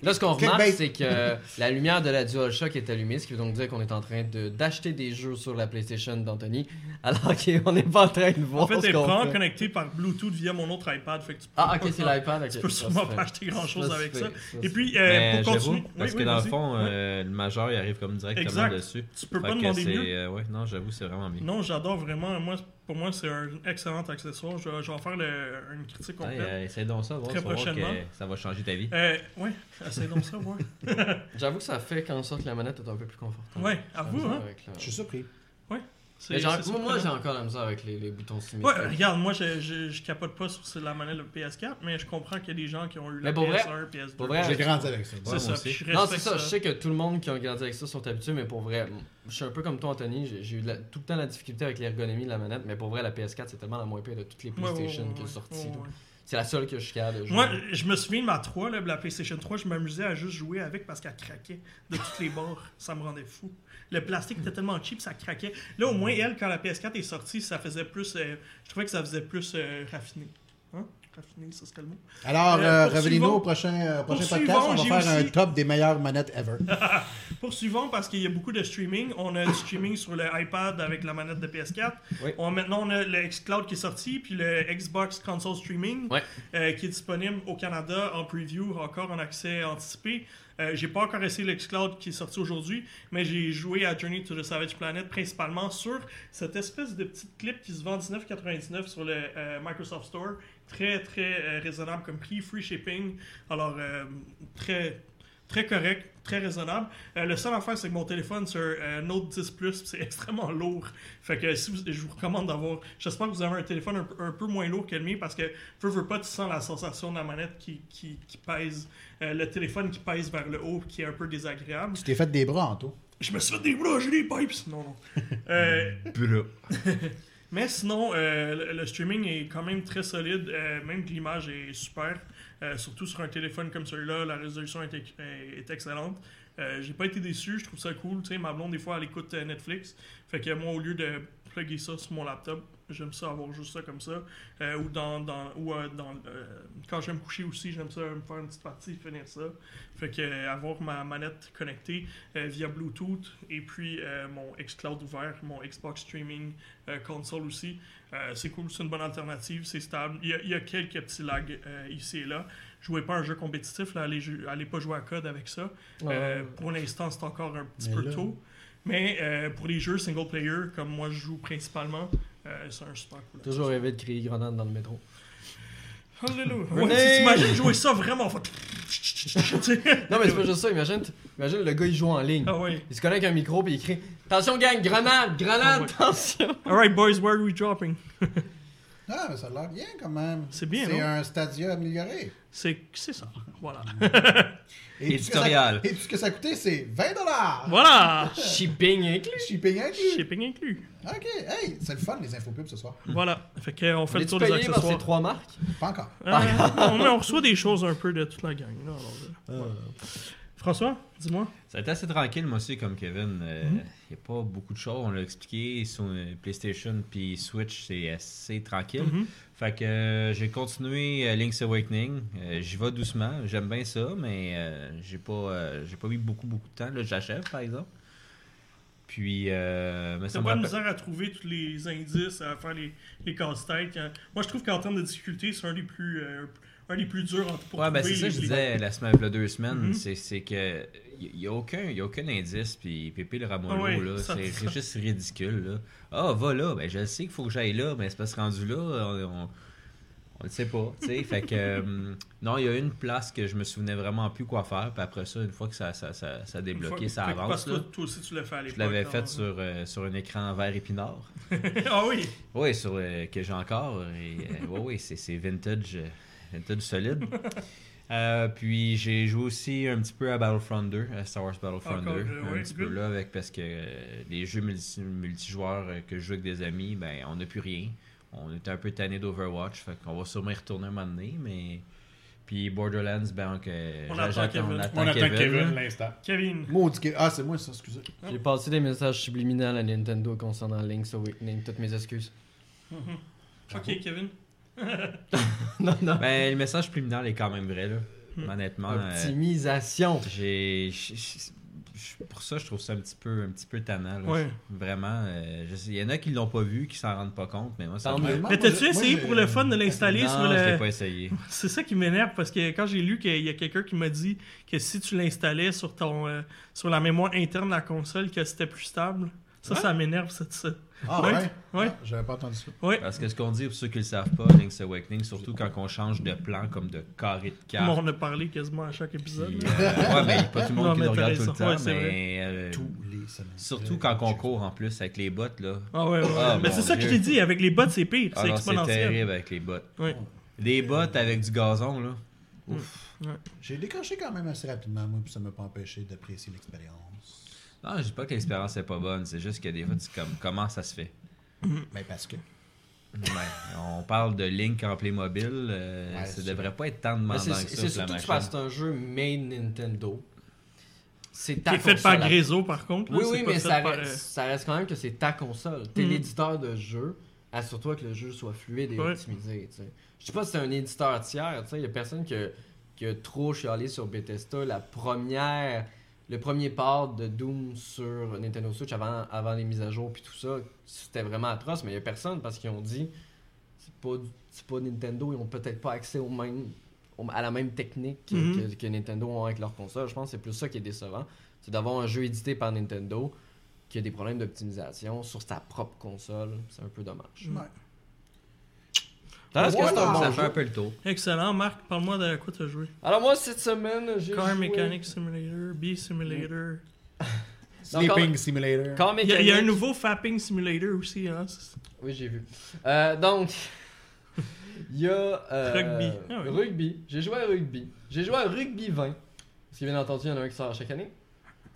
Là, ce qu'on remarque, Clickbait. c'est que la lumière de la DualShock est allumée, ce qui veut donc dire qu'on est en train de- d'acheter des jeux sur la PlayStation d'Anthony, alors qu'on n'est pas en train de voir En fait, ce elle qu'on prend fait. connecté par Bluetooth via mon autre iPad. Fait que tu peux Ah, pas ok, c'est faire- l'iPad. ok. (laughs) Tu peux Ça sûrement se fait. pas acheter grand-chose Ça se avec fait, ça. se Et fait. puis, euh, Mais pour j'avoue, continuer... parce oui, que oui, dans le vas-y. fond, Ouais. euh, le majeur, il arrive comme directement Exact. dessus. tu peux Fait pas que demander c'est- mieux. euh, ouais, non, j'avoue, c'est vraiment mieux. Non, j'adore vraiment. Moi, pour moi, c'est un excellent accessoire. Je, je vais en faire le- une critique Hey, complète. euh, essaye donc ça, voir, Très tu vas voir prochainement. que ça va changer ta vie. Euh, ouais, essaye donc ça, (laughs) ouais. J'avoue que ça fait qu'en sorte que la manette est un peu plus confortable. Ouais, à vous, hein. Avec la- Je suis surpris. C'est- Mais j'ai- c'est moi, moi, j'ai surprenant. encore la misère avec les, les boutons symétriques. Ouais, regarde, moi, je, je, je capote pas sur la manette de PS4, mais je comprends qu'il y a des gens qui ont eu la Mais pour vrai- PS1, PS2. pour vrai, J'ai grandi avec ça. c'est Ouais, moi ça, aussi. puis je non, c'est respecte ça. Je sais que tout le monde qui a grandi avec ça sont habitués, mais pour vrai, je suis un peu comme toi, Anthony. J'ai j'ai eu de la- tout le temps la difficulté avec l'ergonomie de la manette, mais pour vrai, la PS4, c'est tellement la moins pire de toutes les Ouais, ouais, PlayStation ouais, qui est ouais, sortie. ouais, là. ouais. C'est la seule que je suis capable de jouer. Moi, je me souviens de ma 3, là, de la PlayStation 3, je m'amusais à juste jouer avec parce qu'elle craquait de toutes les bords. Ça me rendait fou. Le plastique était tellement cheap, ça craquait. Là, au moins, elle, quand la PS4 est sortie, ça faisait plus. euh, je trouvais que ça faisait plus euh, raffiné. Hein? Raffiné, ça serait le mot. Alors, Euh, euh, poursuivons. revenez-nous au prochain, euh, prochain Poursuivons, podcast. On va j'ai faire un aussi- top des meilleures manettes (laughs) ever. Poursuivons parce qu'il y a beaucoup de streaming. On a du streaming sur le iPad avec la manette de PS4. Oui. On, maintenant, on a le xCloud qui est sorti, puis le Xbox Console Streaming Ouais. euh, qui est disponible au Canada en preview, encore en accès anticipé. Euh, j'ai pas encore essayé le xCloud qui est sorti aujourd'hui, mais j'ai joué à Journey to the Savage Planet principalement sur cette espèce de petite clip qui se vend 19,99 sur le euh, Microsoft Store. Très, très euh, raisonnable comme prix, free shipping. Alors, euh, très, très correct, très raisonnable. Euh, le seul affaire, c'est que mon téléphone, c'est un euh, Note 10 Plus, (laughs) puis c'est extrêmement lourd. Fait que si vous- je vous recommande d'avoir. J'espère que vous avez un téléphone un, peu- un peu moins lourd que le mien parce que, peu, veux pas, tu sens la sensation de la manette qui, qui, qui pèse, euh, le téléphone qui pèse vers le haut, qui est un peu désagréable. tu t'es fait des bras en tout. Je me suis fait des bras, j'ai des pipes! Non, non. Euh, Blah. mais sinon, euh, le, le streaming est quand même très solide, euh, même que l'image est super. Euh, surtout sur un téléphone comme celui-là, la résolution est, ex- est- est excellente. Euh, J'ai pas été déçu, je trouve ça cool. Tu sais, ma blonde, des fois, elle écoute euh, Netflix. Fait que moi, au lieu de plugger ça sur mon laptop, j'aime ça avoir juste ça comme ça. Euh, ou dans, dans, ou, euh, dans euh, quand je vais me coucher aussi, j'aime ça me faire une petite partie, finir ça. Fait que euh, avoir ma manette connectée euh, via Bluetooth et puis euh, mon xCloud ouvert, mon Xbox Streaming euh, console aussi. Euh, c'est cool, c'est une bonne alternative, c'est stable. Il y a, il y a quelques petits lags euh, ici et là. Jouez pas à un jeu compétitif, là, allez, ju- allez pas jouer à code avec ça. Euh, Ouais. pour l'instant, c'est encore un petit Mais peu là- tôt. Mais euh, pour les jeux single player, comme moi je joue principalement, euh, c'est un super cool. Toujours rêvé de crier grenade dans le métro. Hallelujah. René! Ouais, tu t'imagines jouer ça vraiment faut- Tu sais? (laughs) Non, mais c'est pas juste ça. Imagine, t- imagine le gars, il joue en ligne. Ah ouais. Il se connecte à un micro puis il crie Attention, gang, grenade, Ah grenade, ouais. attention. Alright, boys, where are we dropping? Ah, mais ça a l'air bien quand même. C'est bien, C'est non? un stadia amélioré. C'est c'est ça. Voilà. Et tout ce que ça- Éditorial. Et tout ce que ça coûtait, c'est 20 dollars. voilà! Shipping inclus. Shipping inclus. Shipping inclus. OK. Hey, c'est le fun, les infos pubs ce soir. Voilà. Fait que, euh, on fait le L'as-tu tour des payé par ces accessoires. trois marques Pas encore. Ah, on, mais on reçoit des choses un peu de toute la gang. là, alors, euh, ouais. François, dis-moi. Ça a été assez tranquille, moi aussi, comme Kevin. Euh, Il n'y a pas beaucoup de choses. On l'a expliqué sur euh, PlayStation puis Switch, c'est assez tranquille. Mhm. Fait que euh, j'ai continué euh, Link's Awakening. Euh, J'y vais doucement. J'aime bien ça, mais euh, j'ai pas, euh, j'ai pas mis beaucoup, beaucoup de temps. Là, j'achève, par exemple. Puis, euh, mais ça C'est me pas de rappelle- misère à trouver tous les indices, à faire les, les casse-têtes. hein. Moi, je trouve qu'en termes de difficulté, c'est un des plus, euh, un des plus durs en- pour Ouais, ben c'est trouver ça que je les- disais la semaine, la deux semaines, Mhm. c'est- c'est que il n'y a, aucun- y a aucun indice, puis Pépé le Ah Ramolo, ouais, là, ça- c'est c'est juste ridicule. là. Ah, va là, ben je sais qu'il faut que j'aille là, mais c'est pas ce rendu là, on, on, on le sait pas, tu sais. fait que, (laughs) euh, non, il y a une place que je me souvenais vraiment plus quoi faire, puis après ça, une fois que ça, ça, ça, ça a Une fois- débloqué, ça fait que avance, parce que là. toi, toi aussi, tu l'as fait à l'époque. Je l'avais hein. faite sur, euh, sur un écran vert épinard. (laughs) ah oui! Oui, sur euh, que j'ai encore. Et, euh, ouais, ouais, c'est, c'est vintage, euh, vintage solide. Euh, puis j'ai joué aussi un petit peu à Battlefront 2, à Star Wars Battlefront Encore, 2, euh, un ouais, petit good. peu là avec parce que euh, les jeux multi- multijoueurs euh, que je joue avec des amis, ben on n'a plus rien. On était un peu tanné d'Overwatch, fait qu'on va sûrement y retourner un moment donné, mais puis Borderlands, ben que On attend Kevin. attend Kevin, là. l'instant. Kevin, Maudit Kevin. Ah, c'est moi, ça, excusez. J'ai passé des messages subliminaux à Nintendo concernant Link's Awakening. Toutes mes excuses. ok Kevin. non, non. Ben, le message criminel est quand même vrai, là. Honnêtement, euh, Optimisation. j'ai. j- j- j- Pour ça, je trouve ça un petit peu, un petit peu tannant. là. Ouais. Je- Vraiment, euh, je sais- il y en a qui l'ont pas vu, qui s'en rendent pas compte, mais moi, ça Tant me- mieux. Mais t'as-tu essayé pour le fun de Non, l'installer sur je l'ai le. (laughs) pas essayé. C'est ça qui m'énerve parce que quand j'ai lu qu'il y a quelqu'un qui m'a dit que si tu l'installais sur ton euh, sur la mémoire interne de la console que c'était plus stable. Ça, ça m'énerve, ça, ça. Ah Ouais. ouais? Ouais. Ah, J'avais pas entendu ça. Ouais. Parce que ce qu'on dit, pour ceux qui le savent pas, Link's Awakening, surtout quand on change de plan comme de carré de carte. Bon, on a parlé quasiment à chaque épisode. Puis, là. euh, ouais, mais pas tout le monde Non, qui mais nous regarde t'as tout le raison. temps, Ouais, c'est Euh, mais euh, Tous les semaines. surtout quand on court en plus avec les bottes là. Ah ouais, ouais. Ah, mais mon c'est ça que je Dieu. t'ai dit, avec les bots, c'est pire, Ah c'est non, c'est exponentiel. terrible avec les bottes. Ouais. Les bottes avec du gazon là. J'ai décroché quand même assez rapidement, moi, puis ça m'a pas empêché d'apprécier l'expérience. Non, je dis pas que l'expérience est pas bonne, c'est juste que des fois tu comme comment ça se fait. Mais parce que. Ouais. On parle de Link en Playmobil, euh, Ouais, ça c'est devrait pas être tant demandant Mais que c'est- C'est ça sur la surtout que machine. parce que c'est un jeu made Nintendo. C'est Qui ta est fait console par à- Grézo, par contre. là, Oui, c'est oui, pas mais fait ça, par, reste, euh, ça reste quand même que c'est ta console. T'es Mhm. l'éditeur de jeu. Assure-toi que le jeu soit fluide et Ouais. optimisé. tu sais. Je sais pas si c'est un éditeur tiers. tu sais, Il y a personne qui a, qui a trop chialé sur Bethesda. La première, le premier port de Doom sur Nintendo Switch avant, avant les mises à jour puis tout ça, c'était vraiment atroce. Mais il y a personne parce qu'ils ont dit c'est pas, c'est pas Nintendo. Ils ont peut-être pas accès au même, au- à la même technique que- Mhm. que, que Nintendo ont avec leur console. Je pense que c'est plus ça qui est décevant c'est d'avoir un jeu édité par Nintendo qui a des problèmes d'optimisation sur sa propre console. C'est un peu dommage. Ouais. Tandis que c'est un Voilà. bon jeu. Ça fait un peu le tour. euh, Excellent, Marc, parle-moi de quoi tu as joué. Alors moi, cette semaine, j'ai Car joué... Mechanic Simulator, Bee Simulator. Sleeping Simulator. Car Il y, a- il y a un Mechanic. nouveau Fapping Simulator aussi, hein. c'est- Oui, j'ai vu. Euh, donc, (laughs) il y a. euh, Rugby. Ah oui. Rugby. J'ai joué à rugby. J'ai joué à rugby 20. Parce que bien entendu, il y en a un qui sort à chaque année.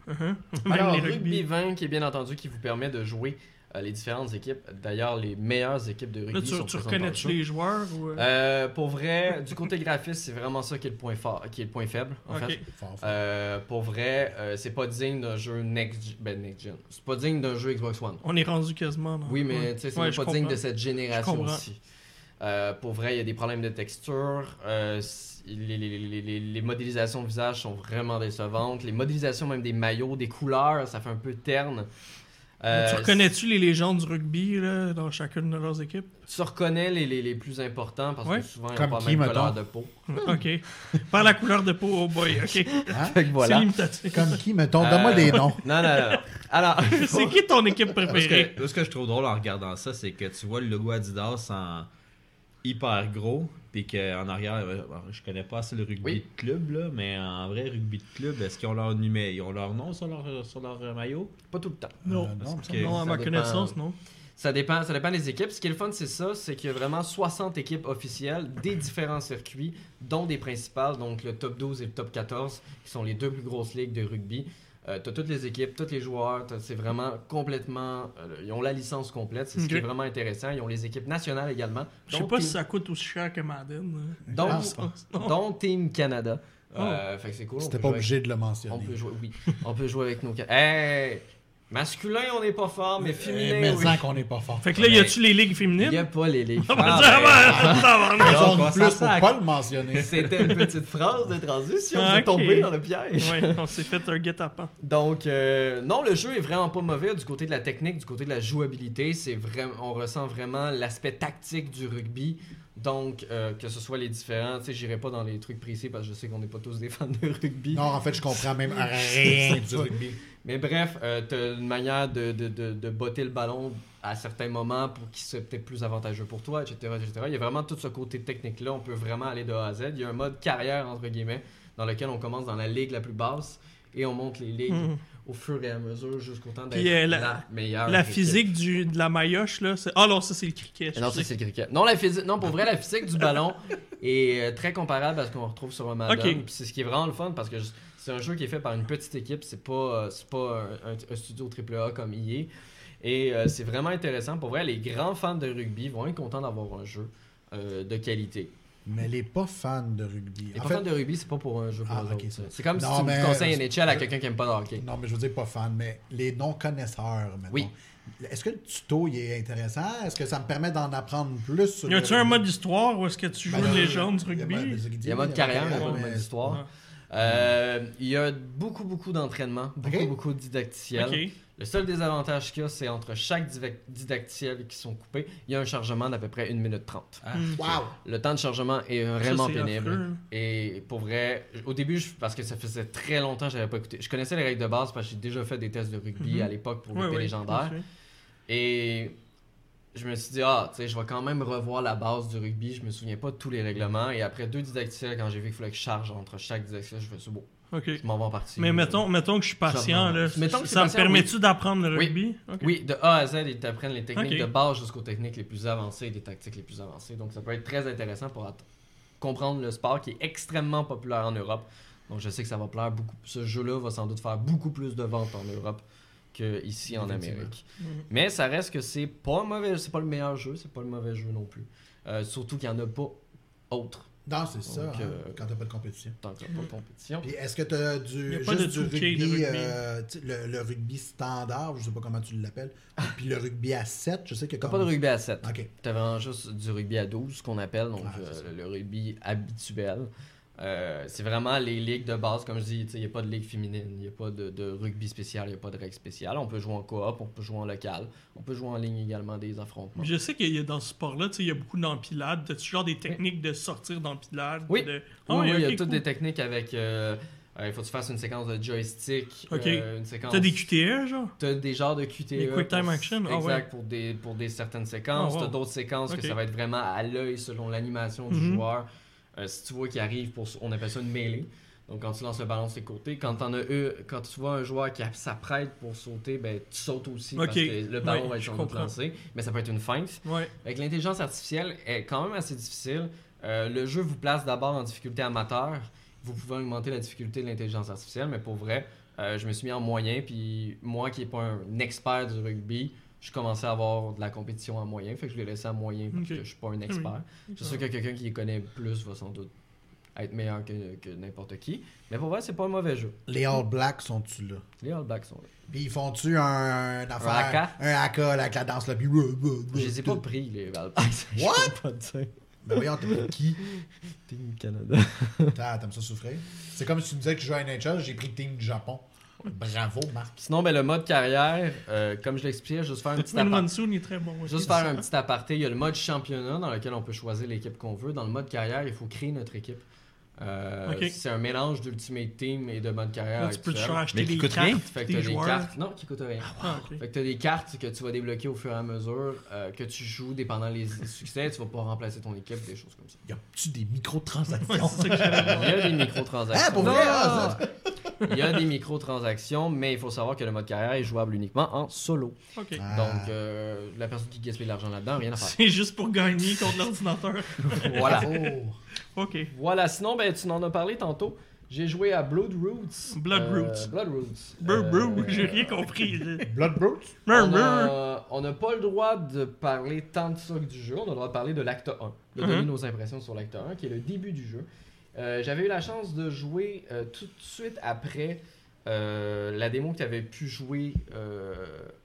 Uh-huh. (laughs) Même Alors, les rugby. rugby. 20, qui est bien entendu, qui vous permet de jouer euh, les différentes équipes. D'ailleurs, les meilleures équipes de rugby. Là, tu, sont tu présentes dans le reconnais-tu jeu. les joueurs ou... euh, Euh, pour vrai, du côté graphiste, c'est vraiment ça qui est le point fort, qui est le point faible, en Ok. fait. Fort, fort. Euh, pour vrai, euh, c'est pas digne d'un jeu next gen. Ben, next gen. C'est pas digne d'un jeu Xbox One. On est rendu quasiment dans... Oui, mais tu sais, c'est Ouais, même je pas digne comprends. de cette génération comprends. aussi. Euh, pour vrai, il y a des problèmes de texture. euh, c- les, les- les- les- les modélisations de visage sont vraiment décevantes. Les modélisations même des maillots, des couleurs, ça fait un peu terne. Euh, tu reconnais-tu les légendes du rugby là, dans chacune de leurs équipes? tu reconnais les, les- les plus importants parce Ouais. que souvent ils ont Comme pas la qui, même couleur mettons? de (laughs) peau. OK. Par la couleur de peau, oh boy, (laughs) OK. Hein? Fait que C'est limitatif. Comme qui, mettons? Euh, Donne-moi des noms. (laughs) Non, non, non. Alors, (laughs) C'est qui ton équipe Parce préférée? que, ce que je trouve drôle en regardant ça, c'est que tu vois le logo Adidas en hyper gros, puis qu'en arrière, euh, bon, je connais pas assez le rugby Oui. de club, là, mais en vrai rugby de club, est-ce qu'ils ont leur numéro, ils ont leur nom sur leur, sur leur euh, maillot? pas tout le temps. (laughs) Ah, Non. Euh, non, Ok. me semble. Non, à Ça ma dépend. connaissance, non. Ça dépend, ça dépend des équipes. Ce qui est le fun, c'est ça, c'est qu'il y a vraiment 60 équipes officielles des différents circuits, dont des principales, donc le top 12 et le top 14, qui sont les deux plus grosses ligues de rugby. Euh, t'as toutes les équipes, tous les joueurs, t'as- c'est vraiment complètement... euh, ils ont la licence complète, c'est ce qui Ok. est vraiment intéressant. Ils ont les équipes nationales également. Je sais dont pas Team- (laughs) si ça coûte aussi cher que Madden. hein. Oh. dont, Ah, (laughs) c'est dont Team Canada. Euh, Fait que c'est cool. on C'était peut pas jouer avec- obligé de le On peut mentionner. jouer, oui. on peut jouer avec nos... ca- Hey! Masculin, on n'est pas fort, mais féminin, Eh, Mais oui. sans qu'on n'est pas fort. Fait que là, Mais- y a-tu les ligues Il n'y a féminines? pas les ligues. On va Ah, dire, ben, (laughs) ah, ben, tabarnak. Donc, Raison de on plus pour s'en sac. pas le mentionner. C'était une petite phrase de transition, Ah, on est ok. tombé dans le (laughs) piège. ah. Ouais, on s'est fait un guet-apens. Donc, euh, non, le jeu est vraiment pas mauvais du côté de la technique, du côté de la jouabilité. C'est vraiment, on ressent vraiment l'aspect tactique du rugby. Donc, euh, que ce soit les différents, tu sais, j'irai pas dans les trucs précis parce que je sais qu'on n'est pas tous des fans de rugby. (laughs) Non, en fait, je comprends même rien du rugby. Mais bref, euh, t'as une manière de, de, de, de botter le ballon à certains moments pour qu'il soit peut-être plus avantageux pour toi, etc., etc. Il y a vraiment tout ce côté technique-là. On peut vraiment aller de A à Z. Il y a un mode carrière, entre guillemets, dans lequel on commence dans la ligue la plus basse et on monte les ligues Mhm. au fur et à mesure jusqu'au temps d'être Puis, euh, la- la, meilleure. La équipe. physique du, de la maillotche, là, c'est... Ah non, ça, c'est le cricket. Non, ça, c'est le cricket. Non, la physique, non, pour vrai, la physique du ballon est euh, très comparable à ce qu'on retrouve sur un Madden. Ok. Puis c'est ce qui est vraiment le fun parce que je- c'est un jeu qui est fait par une petite équipe. C'est pas, euh, c'est pas un, un- un studio AAA comme EA. Et euh, c'est vraiment intéressant. Pour vrai, les grands fans de rugby vont être contents d'avoir un jeu euh, de qualité. Mais elle est pas fan de rugby. Les En pas fait, fans de rugby, c'est pas pour un jeu pour Ah, les ok, autres, ça. ça. C'est comme Non, si tu mais- euh, conseilles un NHL à quelqu'un qui aime pas le hockey. Non, mais je veux dire pas fan, mais les non-connaisseurs, maintenant. Oui. Est-ce que le tuto il est intéressant? Est-ce que ça me permet d'en apprendre plus sur Y a-tu le- un mode histoire ou est-ce que tu joues Ben, une il y a- légende du il y a- ben, rugby? il Il y a mode carrière, il y a pas de mais- mode histoire. Ah. Euh, il y a beaucoup, beaucoup d'entraînement, beaucoup, Ok. beaucoup de didacticiels. Ok. Le seul désavantage qu'il y a, c'est entre chaque divac- didacticiel qui sont coupés, il y a un chargement d'à peu près 1 minute 30. Ah, Hmm. Wow! Le temps de chargement est vraiment Ça, c'est pénible. affreux, hein. là. Et pour vrai, au début, je- parce que ça faisait très longtemps que je n'avais pas écouté. Je connaissais les règles de base parce que j'ai déjà fait des tests de rugby Mhm. à l'époque pour Ouais, le ouais, légendaire. tout à fait. Et je me suis dit, ah, tu sais, je vais quand même revoir la base du rugby. Je me souviens pas de tous les règlements. Et après deux didacticiels, quand j'ai vu qu'il fallait que je charge entre chaque didacticiel, je fais, c'est beau, Ok. je m'en vais en partie. Mais mettons, mettons que je suis patient, Ça va. là. Mettons que c'est ça me patient, permet-tu d'apprendre le Oui. rugby? Ok. Oui, de A à Z, ils t'apprennent les techniques Ok. de base jusqu'aux techniques les plus avancées et les tactiques les plus avancées. Donc, ça peut être très intéressant pour att- comprendre le sport qui est extrêmement populaire en Europe. Donc, je sais que ça va plaire beaucoup. Ce jeu-là va sans doute faire beaucoup plus de ventes en Europe qu'ici en Effectivement. Amérique. Mhm. Mais ça reste que c'est pas mauvais, c'est pas le meilleur jeu, c'est pas le mauvais jeu non plus. Euh, surtout qu'il n'y en a pas autre Non, c'est ça, Donc, hein, euh, quand t'as pas de compétition. tant qu'il n'y a pas de compétition. Puis est-ce que t'as Il y du, a juste pas de du 2K, rugby, de rugby. euh, tu sais, le, le rugby standard, je sais pas comment tu l'appelles, Ah. puis le rugby à 7, je sais que T'as pas de rugby à 7. OK. T'as vraiment juste du rugby à 12, ce qu'on appelle, donc Ah, c'est euh, ça. le rugby habituel. Euh, c'est vraiment les ligues de base, comme je dis, il n'y a pas de ligue féminine, il n'y a pas de, de rugby spécial, il n'y a pas de règles spéciales. On peut jouer en coop, on peut jouer en local, on peut jouer en ligne également des affrontements. Je sais qu'il y a dans ce sport-là, tu sais, il y a beaucoup d'empilades. T'as-tu genre des techniques de sortir d'empilade? Oui. De... Oui, Ah oui, il y a ok, cool. toutes des techniques avec... euh, euh, il faut que tu fasses une séquence de joystick, Ok. euh, une séquence... T'as des QTE, genre? T'as des genres de QTE. Des quick time pour- action, ah Exact, ouais. pour, des, pour des certaines séquences. Ah, wow. T'as d'autres séquences Ok. que ça va être vraiment à l'œil selon l'animation du Mhm. joueur. Euh, si tu vois qu'il arrive, pour, on appelle ça une mêlée. Donc quand tu lances le ballon de ses côtés, quand, t'en as eu, quand tu vois un joueur qui s'apprête pour sauter, ben, tu sautes aussi Ok. parce que le ballon Ouais, va être je sur le comprends. lancer. Mais ça peut être une feinte. Ouais. Avec l'intelligence artificielle est quand même assez difficile. Euh, le jeu vous place d'abord en difficulté amateur. Vous pouvez augmenter la difficulté de l'intelligence artificielle, mais pour vrai, euh, je me suis mis en moyen. Puis moi, qui n'ai pas un expert du rugby, je commençais à avoir de la compétition en moyen. Fait que je l'ai laissé en moyen parce Ok. que je suis pas un expert. Je suis sûr que quelqu'un qui y connaît plus va sans doute être meilleur que, que n'importe qui. Mais pour vrai, c'est pas un mauvais jeu. Les All Blacks sont-tu là? Les All Blacks sont là. Puis ils font-tu un, un affaire, haka? un haka là, avec la danse là, puis... Je les ai pas pris, les All Blacks. (laughs) Je What? peux pas te dire. Mais voyons, t'as pris qui? Team Canada. T'as- T'aimes ça souffrir? C'est comme si tu me disais que je jouais à NHL, j'ai pris le team du Japon. Bravo, Marc. Sinon, ben, le mode carrière, euh, comme je l'expliquais, juste faire un petit Win aparté. Monsoon est très bon. aussi. Juste faire un petit aparté, il y a le mode championnat dans lequel on peut choisir l'équipe qu'on veut. Dans le mode carrière, il faut créer notre équipe. Euh, Ok. C'est un mélange d'Ultimate Team et de mode carrière. Là, tu peux te actuel. faire acheter Mais qui des coûte cartes, rien. Fait que des t'as des joueurs. cartes. Non, qui coûtent rien. Ah, ok. Fait que t'as des cartes que tu vas débloquer au fur et à mesure euh, que tu joues, dépendant les succès, tu vas pouvoir remplacer ton équipe, des choses comme ça. Y a-tu des (laughs) microtransactions? Ouais, c'est ça que j'avais (laughs) Il y a des microtransactions. Ah, pour vrai, hein, ah, Il y a des microtransactions, mais il faut savoir que le mode carrière est jouable uniquement en solo. Ok. Ah. Donc, euh, la personne qui gaspille de l'argent là-dedans, rien à (laughs) faire. C'est juste pour gagner contre l'ordinateur. voilà. Oh. Ok. Voilà, sinon, ben, tu en as parlé tantôt. J'ai joué à Blood Roots. Blood Euh, Roots. Blood Roots. Brr, Euh, brr, j'ai rien compris. là. Blood Brutes? Brr, on brr. a- On n'a pas le droit de parler tant de ça que du jeu, on a le droit de parler de l'acte 1, de donner Mhm. nos impressions sur l'acte 1, qui est le début du jeu. Euh, J'avais eu la chance de jouer euh, tout de suite après euh, la démo que tu avais pu jouer euh,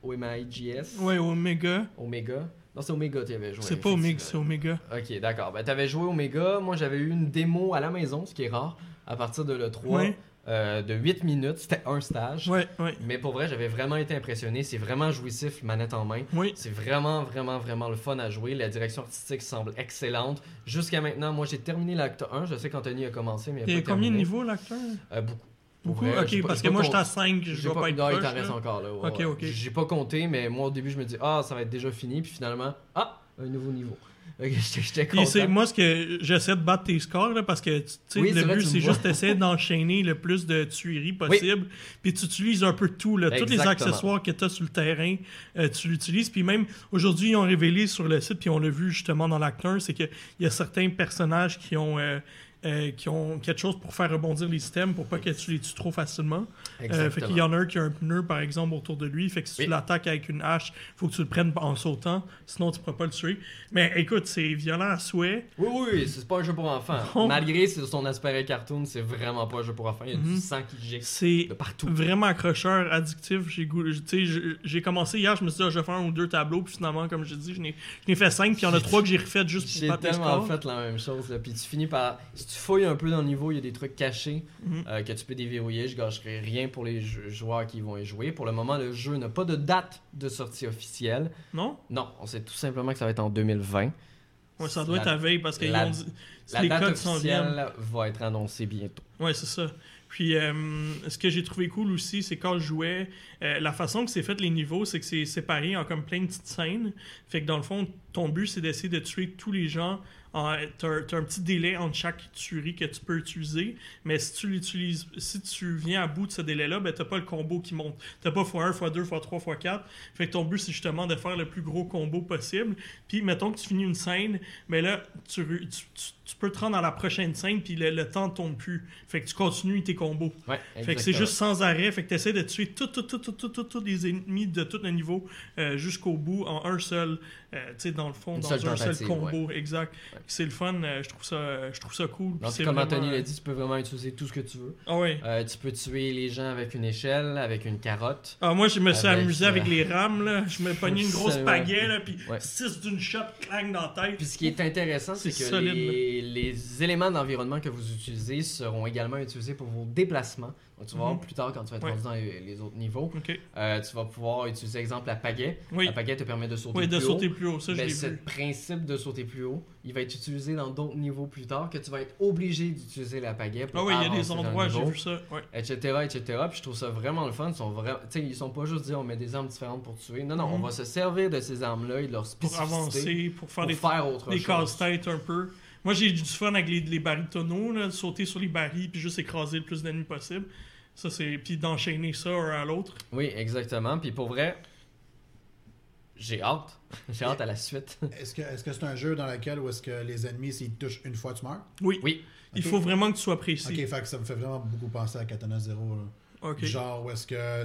au MIGS, Ouais, Omega. Omega. Non, c'est Omega tu avais joué. C'est pas Omega, c'est effectivement. Omega. Ok, d'accord. Ben, t'avais joué Omega. Moi, j'avais eu une démo à la maison, ce qui est rare, à partir de l'E3, Ouais. euh, de 8 minutes. C'était un stage. Ouais, ouais. Mais pour vrai, j'avais vraiment été impressionné. C'est vraiment jouissif, manette en main. Oui. C'est vraiment, vraiment, vraiment le fun à jouer. La direction artistique semble excellente. Jusqu'à maintenant, moi, j'ai terminé l'acte 1. Je sais qu'Anthony a commencé, mais il Il y a a pas terminé. combien de niveaux, l'acteur Euh, Beaucoup. Pour Beaucoup. vrai, j'ai Ok, pas- parce j'ai que pas moi, con- j'étais à 5, je j'ai vais pas être non, il t'en proche, reste là. encore là. ouais, Ok, ouais. ok. J'ai pas compté, mais moi au début je me dis ah ça va être déjà fini, puis finalement ah un nouveau niveau. Ok, (laughs) J'étais j'étais Puis c'est- content. moi, ce que j'essaie de battre tes scores, là, parce que tu sais, Oui, le c'est vrai, but, tu me c'est vois. juste essayer d'enchaîner le plus de tueries possible. Puis tu utilises un peu tout, là, tous les Exactement. accessoires que tu as sur le terrain, euh, tu l'utilises. Puis même aujourd'hui, ils ont révélé sur le site, puis on l'a vu justement dans l'acteur, c'est qu'il y a certains personnages qui ont. euh, euh, qui ont quelque chose pour faire rebondir les systèmes pour pas que tu les tues trop facilement. Euh, fait qu'il y Exactement. en a un qui a un pneu, par exemple, autour de lui. Fait que si Oui. tu l'attaques avec une hache, faut que tu le prennes en sautant, sinon tu pourras pas le tuer. Mais écoute, c'est violent à souhait. Oui, oui, oui, c'est pas un jeu pour enfants. Non. Malgré son aspect cartoon, c'est vraiment pas un jeu pour enfants. Il y a Mm-hmm. du sang qui gicle C'est de partout. vraiment accrocheur, addictif. J'ai goût- tu sais, je- j'ai commencé hier, je me suis dit, ah, je vais faire un ou deux tableaux. Puis finalement, comme je dis, je n'ai je n'ai fait cinq, puis il y en a trois que j'ai refaites juste pour J'ai battre le tellement score. fait la même chose. Là. Puis tu finis par. Si tu fouilles un peu dans le niveau, il y a des trucs cachés Mhm. euh, que tu peux déverrouiller. Je gâcherai rien pour les jou- joueurs qui vont y jouer. Pour le moment, le jeu n'a pas de date de sortie officielle. Non? Non, on sait tout simplement que ça va être en 2020. Ouais, ça doit La- être la veille parce que la- ils ont dit- La les date codes s'en viennent. officielle va être annoncée bientôt. Ouais, c'est ça. Puis, euh, ce que j'ai trouvé cool aussi, c'est quand je jouais, euh, la façon que c'est fait les niveaux, c'est que c'est séparé en comme plein de petites scènes. Fait que dans le fond, ton but, c'est d'essayer de tuer tous les gens. en- T'as t'as un petit délai entre chaque tuerie que tu peux utiliser. Mais si tu l'utilises, si tu viens à bout de ce délai-là, ben t'as pas le combo qui monte. T'as pas x1, x2, x3, x4. Fait que ton but, c'est justement de faire le plus gros combo possible. Puis, mettons que tu finis une scène, mais là, tu, ru- tu, tu- tu peux te rendre à la prochaine scène, puis le, le temps ne tombe plus. Fait que tu continues tes combos. Ouais, Fait que c'est exactement. juste sans arrêt. Fait que tu essaies de tuer tout, tout, tout, tout, tout, tout, tous les ennemis de tout le niveau euh, jusqu'au bout en un seul, euh, tu sais, dans le fond, Une dans seule un seul tentative, combo. Exact. Ouais. C'est le fun. euh, je trouve ça, je trouve ça cool. puis Donc, c'est comme vraiment- Anthony l'a dit, tu peux vraiment utiliser tout ce que tu veux. Ah ouais. Euh, tu peux tuer les gens avec une échelle, avec une carotte. Ah, moi, je me suis Avec, amusé euh, avec les rames, là. Je me pognais une grosse Absolument. pagaie, là, puis Ouais. six d'une shot, clang dans la tête. Puis ce qui est intéressant, c'est C'est que solide, les, les éléments d'environnement que vous utilisez seront également utilisés pour vos déplacements. Donc, tu vas voir Mhm. plus tard quand tu vas être Ouais. rendu dans les, les autres niveaux. OK. Euh, tu vas pouvoir utiliser, exemple, la pagaie. Oui. La pagaie te permet de sauter Oui, de ben, plus sauter haut. plus haut, ça, je Ben, l'ai ce vu. principe de sauter plus haut, il va être utilisé dans d'autres niveaux plus tard, que tu vas être obligé d'utiliser la pagaie pour Ah oui, il y a avancer des dans le endroits, j'ai niveau, vu ça. Ouais. etc., etc. Puis je trouve ça vraiment le fun. Ils sont, vraiment, ils sont pas juste dit on met des armes différentes pour tuer. Non, non, on Mhm. va se servir de ces armes-là et de leur Pour spécificité avancer, pour faire pour des, faire autre des chose. casse-têtes un peu. Moi, j'ai eu du fun avec les, les barils tonneaux, là, de sauter sur les barils puis juste écraser le plus d'ennemis possible. Ça, c'est... Puis d'enchaîner ça un à l'autre. Oui, exactement. Puis pour vrai, j'ai hâte. (laughs) J'ai hâte à la suite. (laughs) Est-ce que est-ce que c'est un jeu dans lequel où est-ce que les ennemis, s'ils te touchent une fois, tu meurs? Oui. Oui. Il Ok. faut vraiment que tu sois précis. Ok, fait que ça me fait vraiment beaucoup penser à Katana Zero. là. Ok. Genre, où est-ce que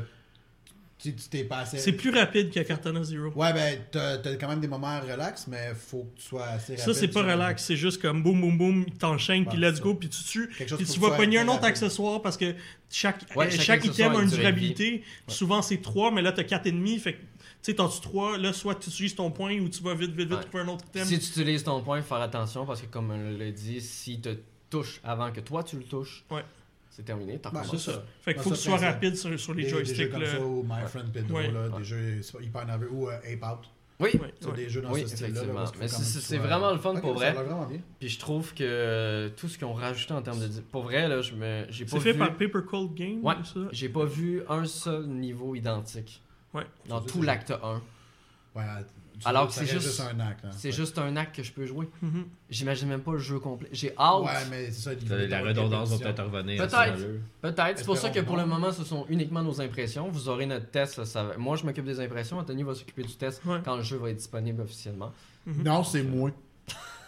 tu tu t'es passé. C'est plus rapide que Katana Zero. Ouais, ben, t'as t'as quand même des moments relax, mais faut que tu sois assez rapide. Ça, c'est pas sur- relax, c'est juste comme boum, boum, boum, il t'enchaîne, puis Ouais, let's ça. go, puis tu tues. Quelque chose Puis pour tu vas faire pogner un très autre rapide. accessoire parce que chaque, Ouais, euh, chaque chaque accessoire item a a une une durée de vie. durabilité. Souvent, c'est 3, mais là, t'as 4 ennemis. Fait que, tu sais, t'en tues 3. Là, soit tu utilises ton point ou tu vas vite, vite, vite Ouais. trouver un autre item. Si tu utilises ton point, faire attention parce que comme on l'a dit, si te touche avant que toi tu le touches, Ouais. c'est terminé. t'en Bah, recommences. C'est ça. ça. Fait qu'il Moi, faut ça que tu sois fait ça. rapide sur, sur les Des, des jeux joysticks. comme là. ça, ou My Friend Pedro, Ouais. là, Ouais. des jeux hyper nerveux, ou euh, Ape Out, Oui. Ouais, c'est ouais. des jeux dans Oui, ce style-là. effectivement. là, parce qu'il faut Mais quand c'est- même que tu c'est sois- vraiment le fun, Ok, pour ça vrai. a l'air vraiment bien. Puis je trouve que tout ce qu'ils ont rajouté en termes de pour vrai là, je me j'ai pas C'est fait vu par Paper Cold Game. Ouais. ça? j'ai pas vu un seul niveau identique Ouais. dans Ça, tout c'est- l'acte 1. Ouais, tu- Alors que ça c'est reste juste- un acte. hein. C'est Ouais. juste un acte que je peux jouer. Mhm. J'imagine même pas le jeu complet. J'ai hâte. Ouais, mais c'est ça. il faut La avoir redondance va des peut-être répétitions. revenir. à ce Peut-être. niveau-là. Peut-être. C'est pour ça que pour le Espérons. moment, ce sont uniquement nos impressions. Vous aurez notre test. là, ça va- Moi, je m'occupe des impressions. Anthony va s'occuper du test Ouais. quand le jeu va être disponible officiellement. Non, c'est moins.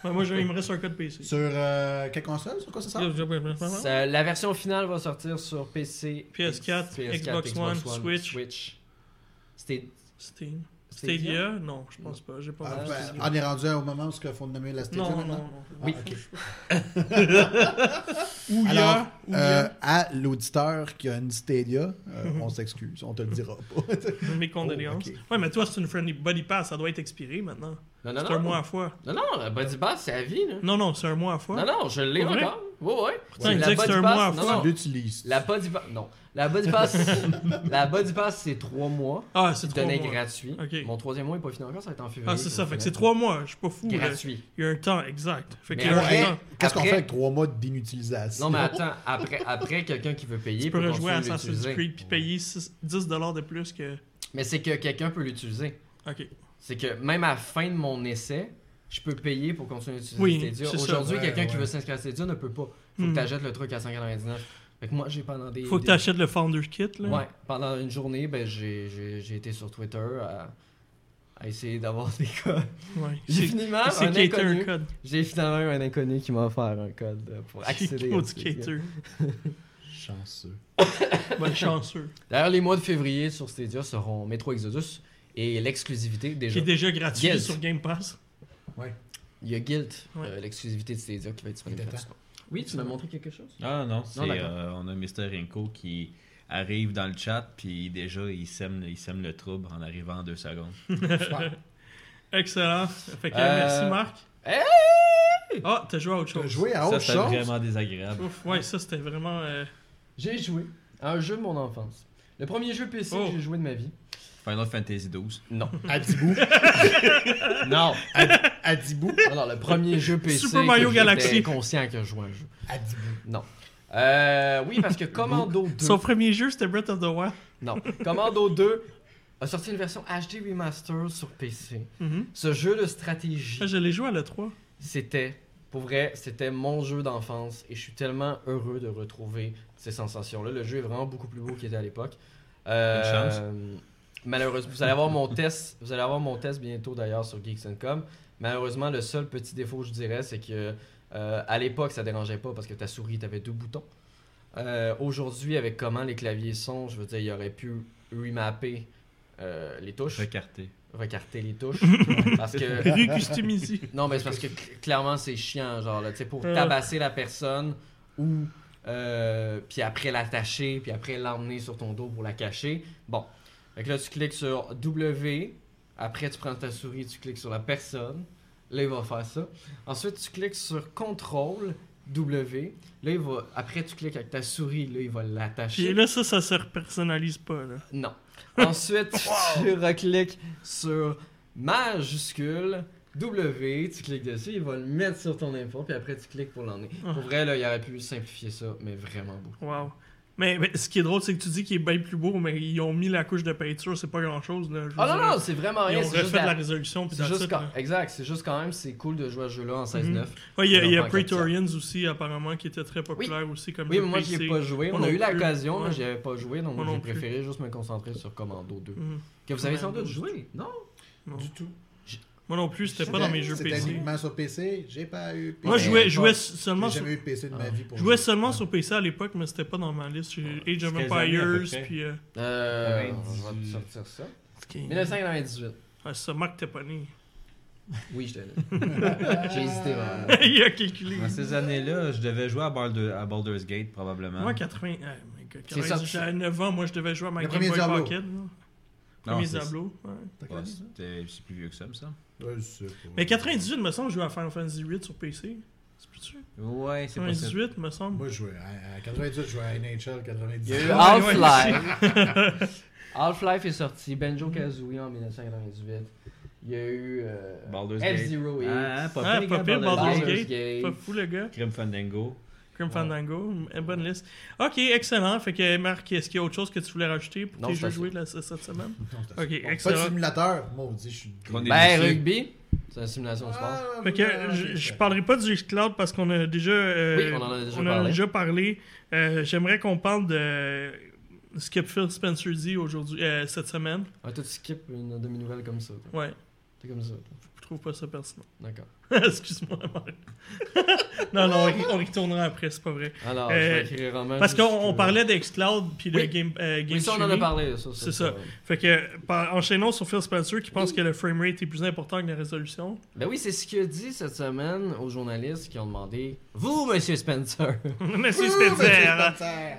Ouais, moi, je- il me reste un code PC. Sur euh, quelle console Sur quoi ça sort Ça- la version finale va sortir sur PC, PS4, Xbox One, Switch. C'était Steam. Stadia? Stadia? Non, je pense pas. J'ai pas Ah, envie de ben, Stadia. On est rendu au moment où il faut nommer la Stadia Non, non, maintenant? non. Oui. Ah, ok. Ou il y Alors, a- ou il y Euh, a. à l'auditeur qui a une Stadia, euh, on s'excuse, on te le dira pas. Oh, Mes condoléances. ok. Ouais, mais toi, c'est une friendly body pass. Ça doit être expiré maintenant. Non, non, C'est un non. mois à fois. Non, non, la body pass, c'est à vie. Là. Non, non, c'est un mois à fois. Non, non, je l'ai Pour vrai? encore. Oui, oui. il disait que c'était un mois à non, fois. non. Tu l'utilises. La body pass, non. La (laughs) body pass, la body pass, c'est trois mois. Ah, c'est qui te trois donnait mois. gratuit. Ok. Mon troisième mois est pas fini encore, ça va être en février. Ah, c'est ça. au Fait que c'est final. trois mois. Je suis pas fou. là. gratuit. Il y a un temps exact. Fait Mais qu'il y a Ouais, un temps. Qu'est-ce qu'on Après- fait avec trois mois d'inutilisation Non, mais attends, après, après quelqu'un qui veut payer, Tu peux peut rejouer à continuer Assassin's l'utiliser. Creed puis payer six- 10$ de plus que. Mais c'est que quelqu'un peut l'utiliser. Ok. C'est que même à la fin de mon essai, je peux payer pour continuer d'utiliser Oui, Stadia. c'est ça. Aujourd'hui, Ouais, quelqu'un qui ouais. veut s'inscrire à Stadia ne peut pas. Faut Hmm. que t'achètes le truc à 199. Fait que moi, j'ai pendant des. Faut que des- tu achètes le Founder's Kit. Là. Ouais, pendant une journée, ben, j'ai- j'ai j'ai été sur Twitter à, à essayer d'avoir (laughs) des codes. Ouais. J'ai C'est finalement c'est un Cater un inconnu. code. J'ai finalement eu un inconnu qui m'a offert un code euh, pour accéder. à Code ce site. Cater. Chanceux. Bon, chanceux. D'ailleurs, les mois de février sur Stadia seront Metro Exodus (laughs) et l'exclusivité Qui déjà. est déjà gratuit Yes. sur Game Pass. Il y a Guilt, Ouais. euh, l'exclusivité de Stadia qui va être disponible. Il était temps. gratuitement. Oui, tu m'as montré quelque chose. Ah non, c'est, d'accord. euh, on a Mr. Rinko qui arrive dans le chat, puis déjà, il sème, il sème le trouble en arrivant en deux secondes. Super. Excellent. Fait que, Euh, Merci Marc. hey! Ah, t'as joué à autre Tu as chose. joué à ça, autre c'est chose. vraiment désagréable. Ouf, ouais, ça c'était vraiment. euh, J'ai joué à un jeu de mon enfance. Le premier jeu PC Oh. que j'ai joué de ma vie. Final Fantasy XII. Non. Adibou. (laughs) Non. Adibou. Alors, le premier jeu PC. Super Mario que Galaxy. j'étais conscient que je jouais à un jeu. Adibou. Non. Euh, oui, (laughs) parce que Commando 2. Son premier jeu c'était Breath of the Wild. Non. Commando 2 a sorti une version HD Remaster sur PC. Mhm. Ce jeu de stratégie, Ah, Je l'ai joué à l'E3. c'était, pour vrai, c'était mon jeu d'enfance et je suis tellement heureux de retrouver ces sensations-là. Le jeu est vraiment beaucoup plus beau qu'il était à l'époque. Euh, Bonne chance. Malheureusement, vous allez avoir mon test, vous allez avoir mon test bientôt d'ailleurs sur Geeks and Com. Malheureusement, le seul petit défaut, je dirais, c'est que euh, à l'époque, ça dérangeait pas parce que ta souris, t'avais deux boutons. Euh, Aujourd'hui, avec comment les claviers sont, je veux dire, il aurait pu remapper euh, les touches, Recarté. recarter les touches, parce Euh, (laughs) que Recustomisé. non, mais c'est parce que cl- clairement, c'est chiant, genre, là, tu sais, pour Euh. tabasser la personne ou. euh, puis après l'attacher, puis après l'emmener sur ton dos pour la cacher. Bon. Fait que là, tu cliques sur W. Après, tu prends ta souris, tu cliques sur la personne. Là, il va faire ça. Ensuite, tu cliques sur CTRL, W. Là, il va. Après, tu cliques avec ta souris, là, il va l'attacher. Puis là, ça, ça se repersonnalise pas. Là. Non. (laughs) Ensuite, tu recliques sur majuscule W, tu cliques dessus, il va le mettre sur ton impôt, puis après tu cliques pour l'emmener. Pour vrai, là, il aurait pu simplifier ça, mais vraiment beaucoup. Wow. Mais, mais ce qui est drôle, c'est que tu dis qu'il est bien plus beau, mais ils ont mis la couche de peinture, c'est pas grand chose. Là, je Ah veux non, dire. non, c'est vraiment Ils rien. ont C'est refait juste, de la la- résolution. puis c'est that's juste it, quand- là. Mhm. Exact, c'est juste quand même, c'est cool de jouer à ce jeu-là en 16-9. Ouais, il y a, Ils il y a l'ont pas en Praetorians aussi, apparemment, qui était très populaire aussi comme Oui, jeu mais moi, j'y PC. ai pas joué. Moi On a non eu plus. l'occasion, mais Ouais. j'y avais pas joué, donc Moi moi, non j'ai plus. préféré juste me concentrer sur Commando 2. Mhm. Que vous avez sans Commando. doute joué, non? Non. Du tout. Moi non plus, c'était pas dans mes jeux C'était PC. uniquement sur PC. J'ai pas eu PC. Moi, je jouais, je jouais seulement J'ai sur... Ah. jamais eu PC de ma vie pour Je jouais jouer. seulement sur PC à l'époque, mais c'était pas dans ma liste. J'ai Age of quelles années, à peu Empires, près? puis... Euh... Euh, Ouais, on va te dix- sortir ça. ok. 1998. Ah, ça marque t'es pas né. Oui, je te (laughs) J'ai hésité vraiment. Il a calculé. Dans ces années-là, je devais jouer à, Baldur- à Baldur's Gate, probablement. Moi, 80... Ah, my God, C'est ça, 90, J'étais à 9 ans, moi, je devais jouer à ma Le Game premier Boy Diablo. Pocket. là. Non, Premier c'est- Diablo, ouais. T'as Ouais, connu ça? c'était- c'est plus vieux que ça, me semble. Ouais, c'est pas- Mais 98, me semble, je jouais à Final Fantasy 8 sur PC. C'est plus sûr. Ouais, c'est pas ça. 98, me semble. Moi, je jouais à, à 98, je jouais à NHL 90. eu- Ouais, Half-Life. Half-Life est sorti. Banjo Kazooie en 1998. Il y a eu euh, Baldur's Gate. F-Zero X. Ah, ah, Ah, pas pire, pas gars, pire, Baldur's Baldur's Gate. Gate. Pas fou, le gars. Grim Fandango. Grim Ouais. Fandango, m- bonne liste. Ok, excellent. Fait que Marc, est-ce qu'il y a autre chose que tu voulais rajouter pour Non, tes c'est jeux assez. joués de la- cette semaine? non, c'était- Ok, bon, excellent. Pas de simulateur. Maudit, je suis. Qu'on est Ben, déçu. rugby. C'est une simulation de sport. Ah, Fait que ouais, je, ok, je ok. parlerai pas du cloud parce qu'on a déjà, euh, Oui, on en a déjà on parlé. parlé. Euh, J'aimerais qu'on parle de ce que Phil Spencer dit aujourd'hui, euh, cette semaine. Ah, toi, tu skips une demi-nouvelle comme ça. toi. Ouais, T'es comme ça. toi. je trouve pas ça pertinent. (laughs) D'accord. Excuse-moi, Marc. (laughs) non, non, on y- on y retournera après, c'est pas vrai. Alors, je Euh, vais écrire un roman. Parce juste qu'on que- on parlait d'Excloud puis de Oui. Game, euh, game Oui, ça, on en a Theory. parlé. Ça, C'est ça. Fait que, par- enchaînons sur Phil Spencer qui pense que le framerate est plus important que la résolution. (laughs) Ben oui, c'est ce qu'il a dit cette semaine aux journalistes qui ont demandé Vous, monsieur Spencer, Monsieur Ouh, Spencer! hein. Monsieur Spencer.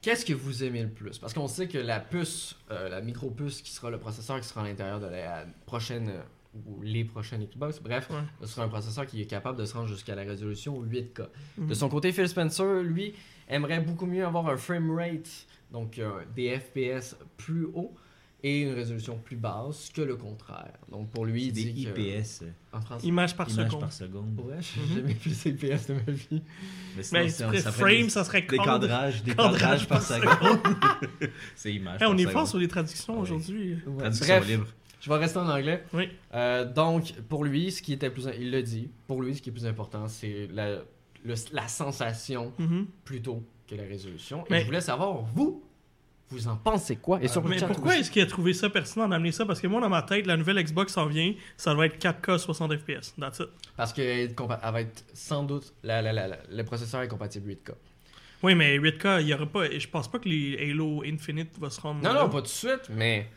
Qu'est-ce que vous aimez le plus? Parce qu'on sait que la puce, euh, la micro-puce qui sera le processeur qui sera à l'intérieur de la prochaine euh, ou les prochaines Xbox, bref, Ouais. ce sera un processeur qui est capable de se rendre jusqu'à la résolution 8K. De Mhm. son côté, Phil Spencer, lui, aimerait beaucoup mieux avoir un frame rate, donc euh, des FPS plus haut et une résolution plus basse que le contraire. Donc pour lui, il Des dit que- IPS. euh, en français, Image par images seconde. par seconde. ouais, (laughs) Mhm. j'ai jamais plus ces FPS de ma vie. Mais sinon, Mais c'est- c'est- ça ferait frame, des- ça serait Des cadre. cadrages, des Cadrage cadrages par par (laughs) seconde. (laughs) c'est image. Hey, on par est seconde. fort sur les traductions Ah Ouais. aujourd'hui. Ouais. Traduction Bref, libre. je vais rester en anglais. Oui. Euh, donc, pour lui, ce qui était plus, il le dit, pour lui, ce qui est plus important, c'est la, le- la sensation Mhm. plutôt que la résolution. Et Mais- Euh, je voulais savoir, vous, Vous en pensez quoi? Et sur le Mais chat pourquoi aussi. est-ce qu'il a trouvé ça pertinent d'amener ça? Parce que moi, dans ma tête, la nouvelle Xbox s'en vient, ça va être 4K 60 FPS. That's it. Parce qu'elle est compa- elle va être sans doute. la- la- la- la- le processeur est compatible 8K. Oui, mais 8K, il y aura pas. Je pense pas que les Halo Infinite va se rendre. Non, là. non, pas tout de suite, mais.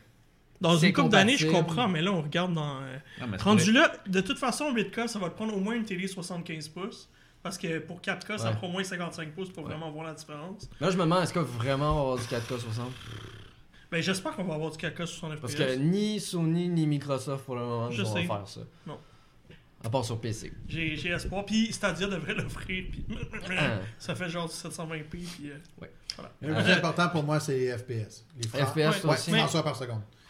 Dans c'est une couple d'années, je compatible. comprends, mais là, on regarde dans. euh, Non, mais ça Rendu pourrait- là, de toute façon, 8K, ça va te prendre au moins une télé 75 pouces. Parce que pour 4K, ça Ouais. prend au moins 55 pouces pour vraiment voir la différence. Là, je me demande, est-ce que vraiment on va avoir du 4K 60 Ben, j'espère qu'on va avoir du 4K 69 Parce Parce que ni Sony ni Microsoft pour le moment ne Je vont sais. faire ça. Non. À part sur PC. J'ai j'ai espoir. Puis Stadia devrait l'offrir. Puis Ah, Ah. ça fait genre 720p. Puis. euh, Le plus Euh, important pour moi, c'est les FPS. Les Fran- Ah, FPS Ah, ouais, aussi. ouais. François par seconde. (laughs)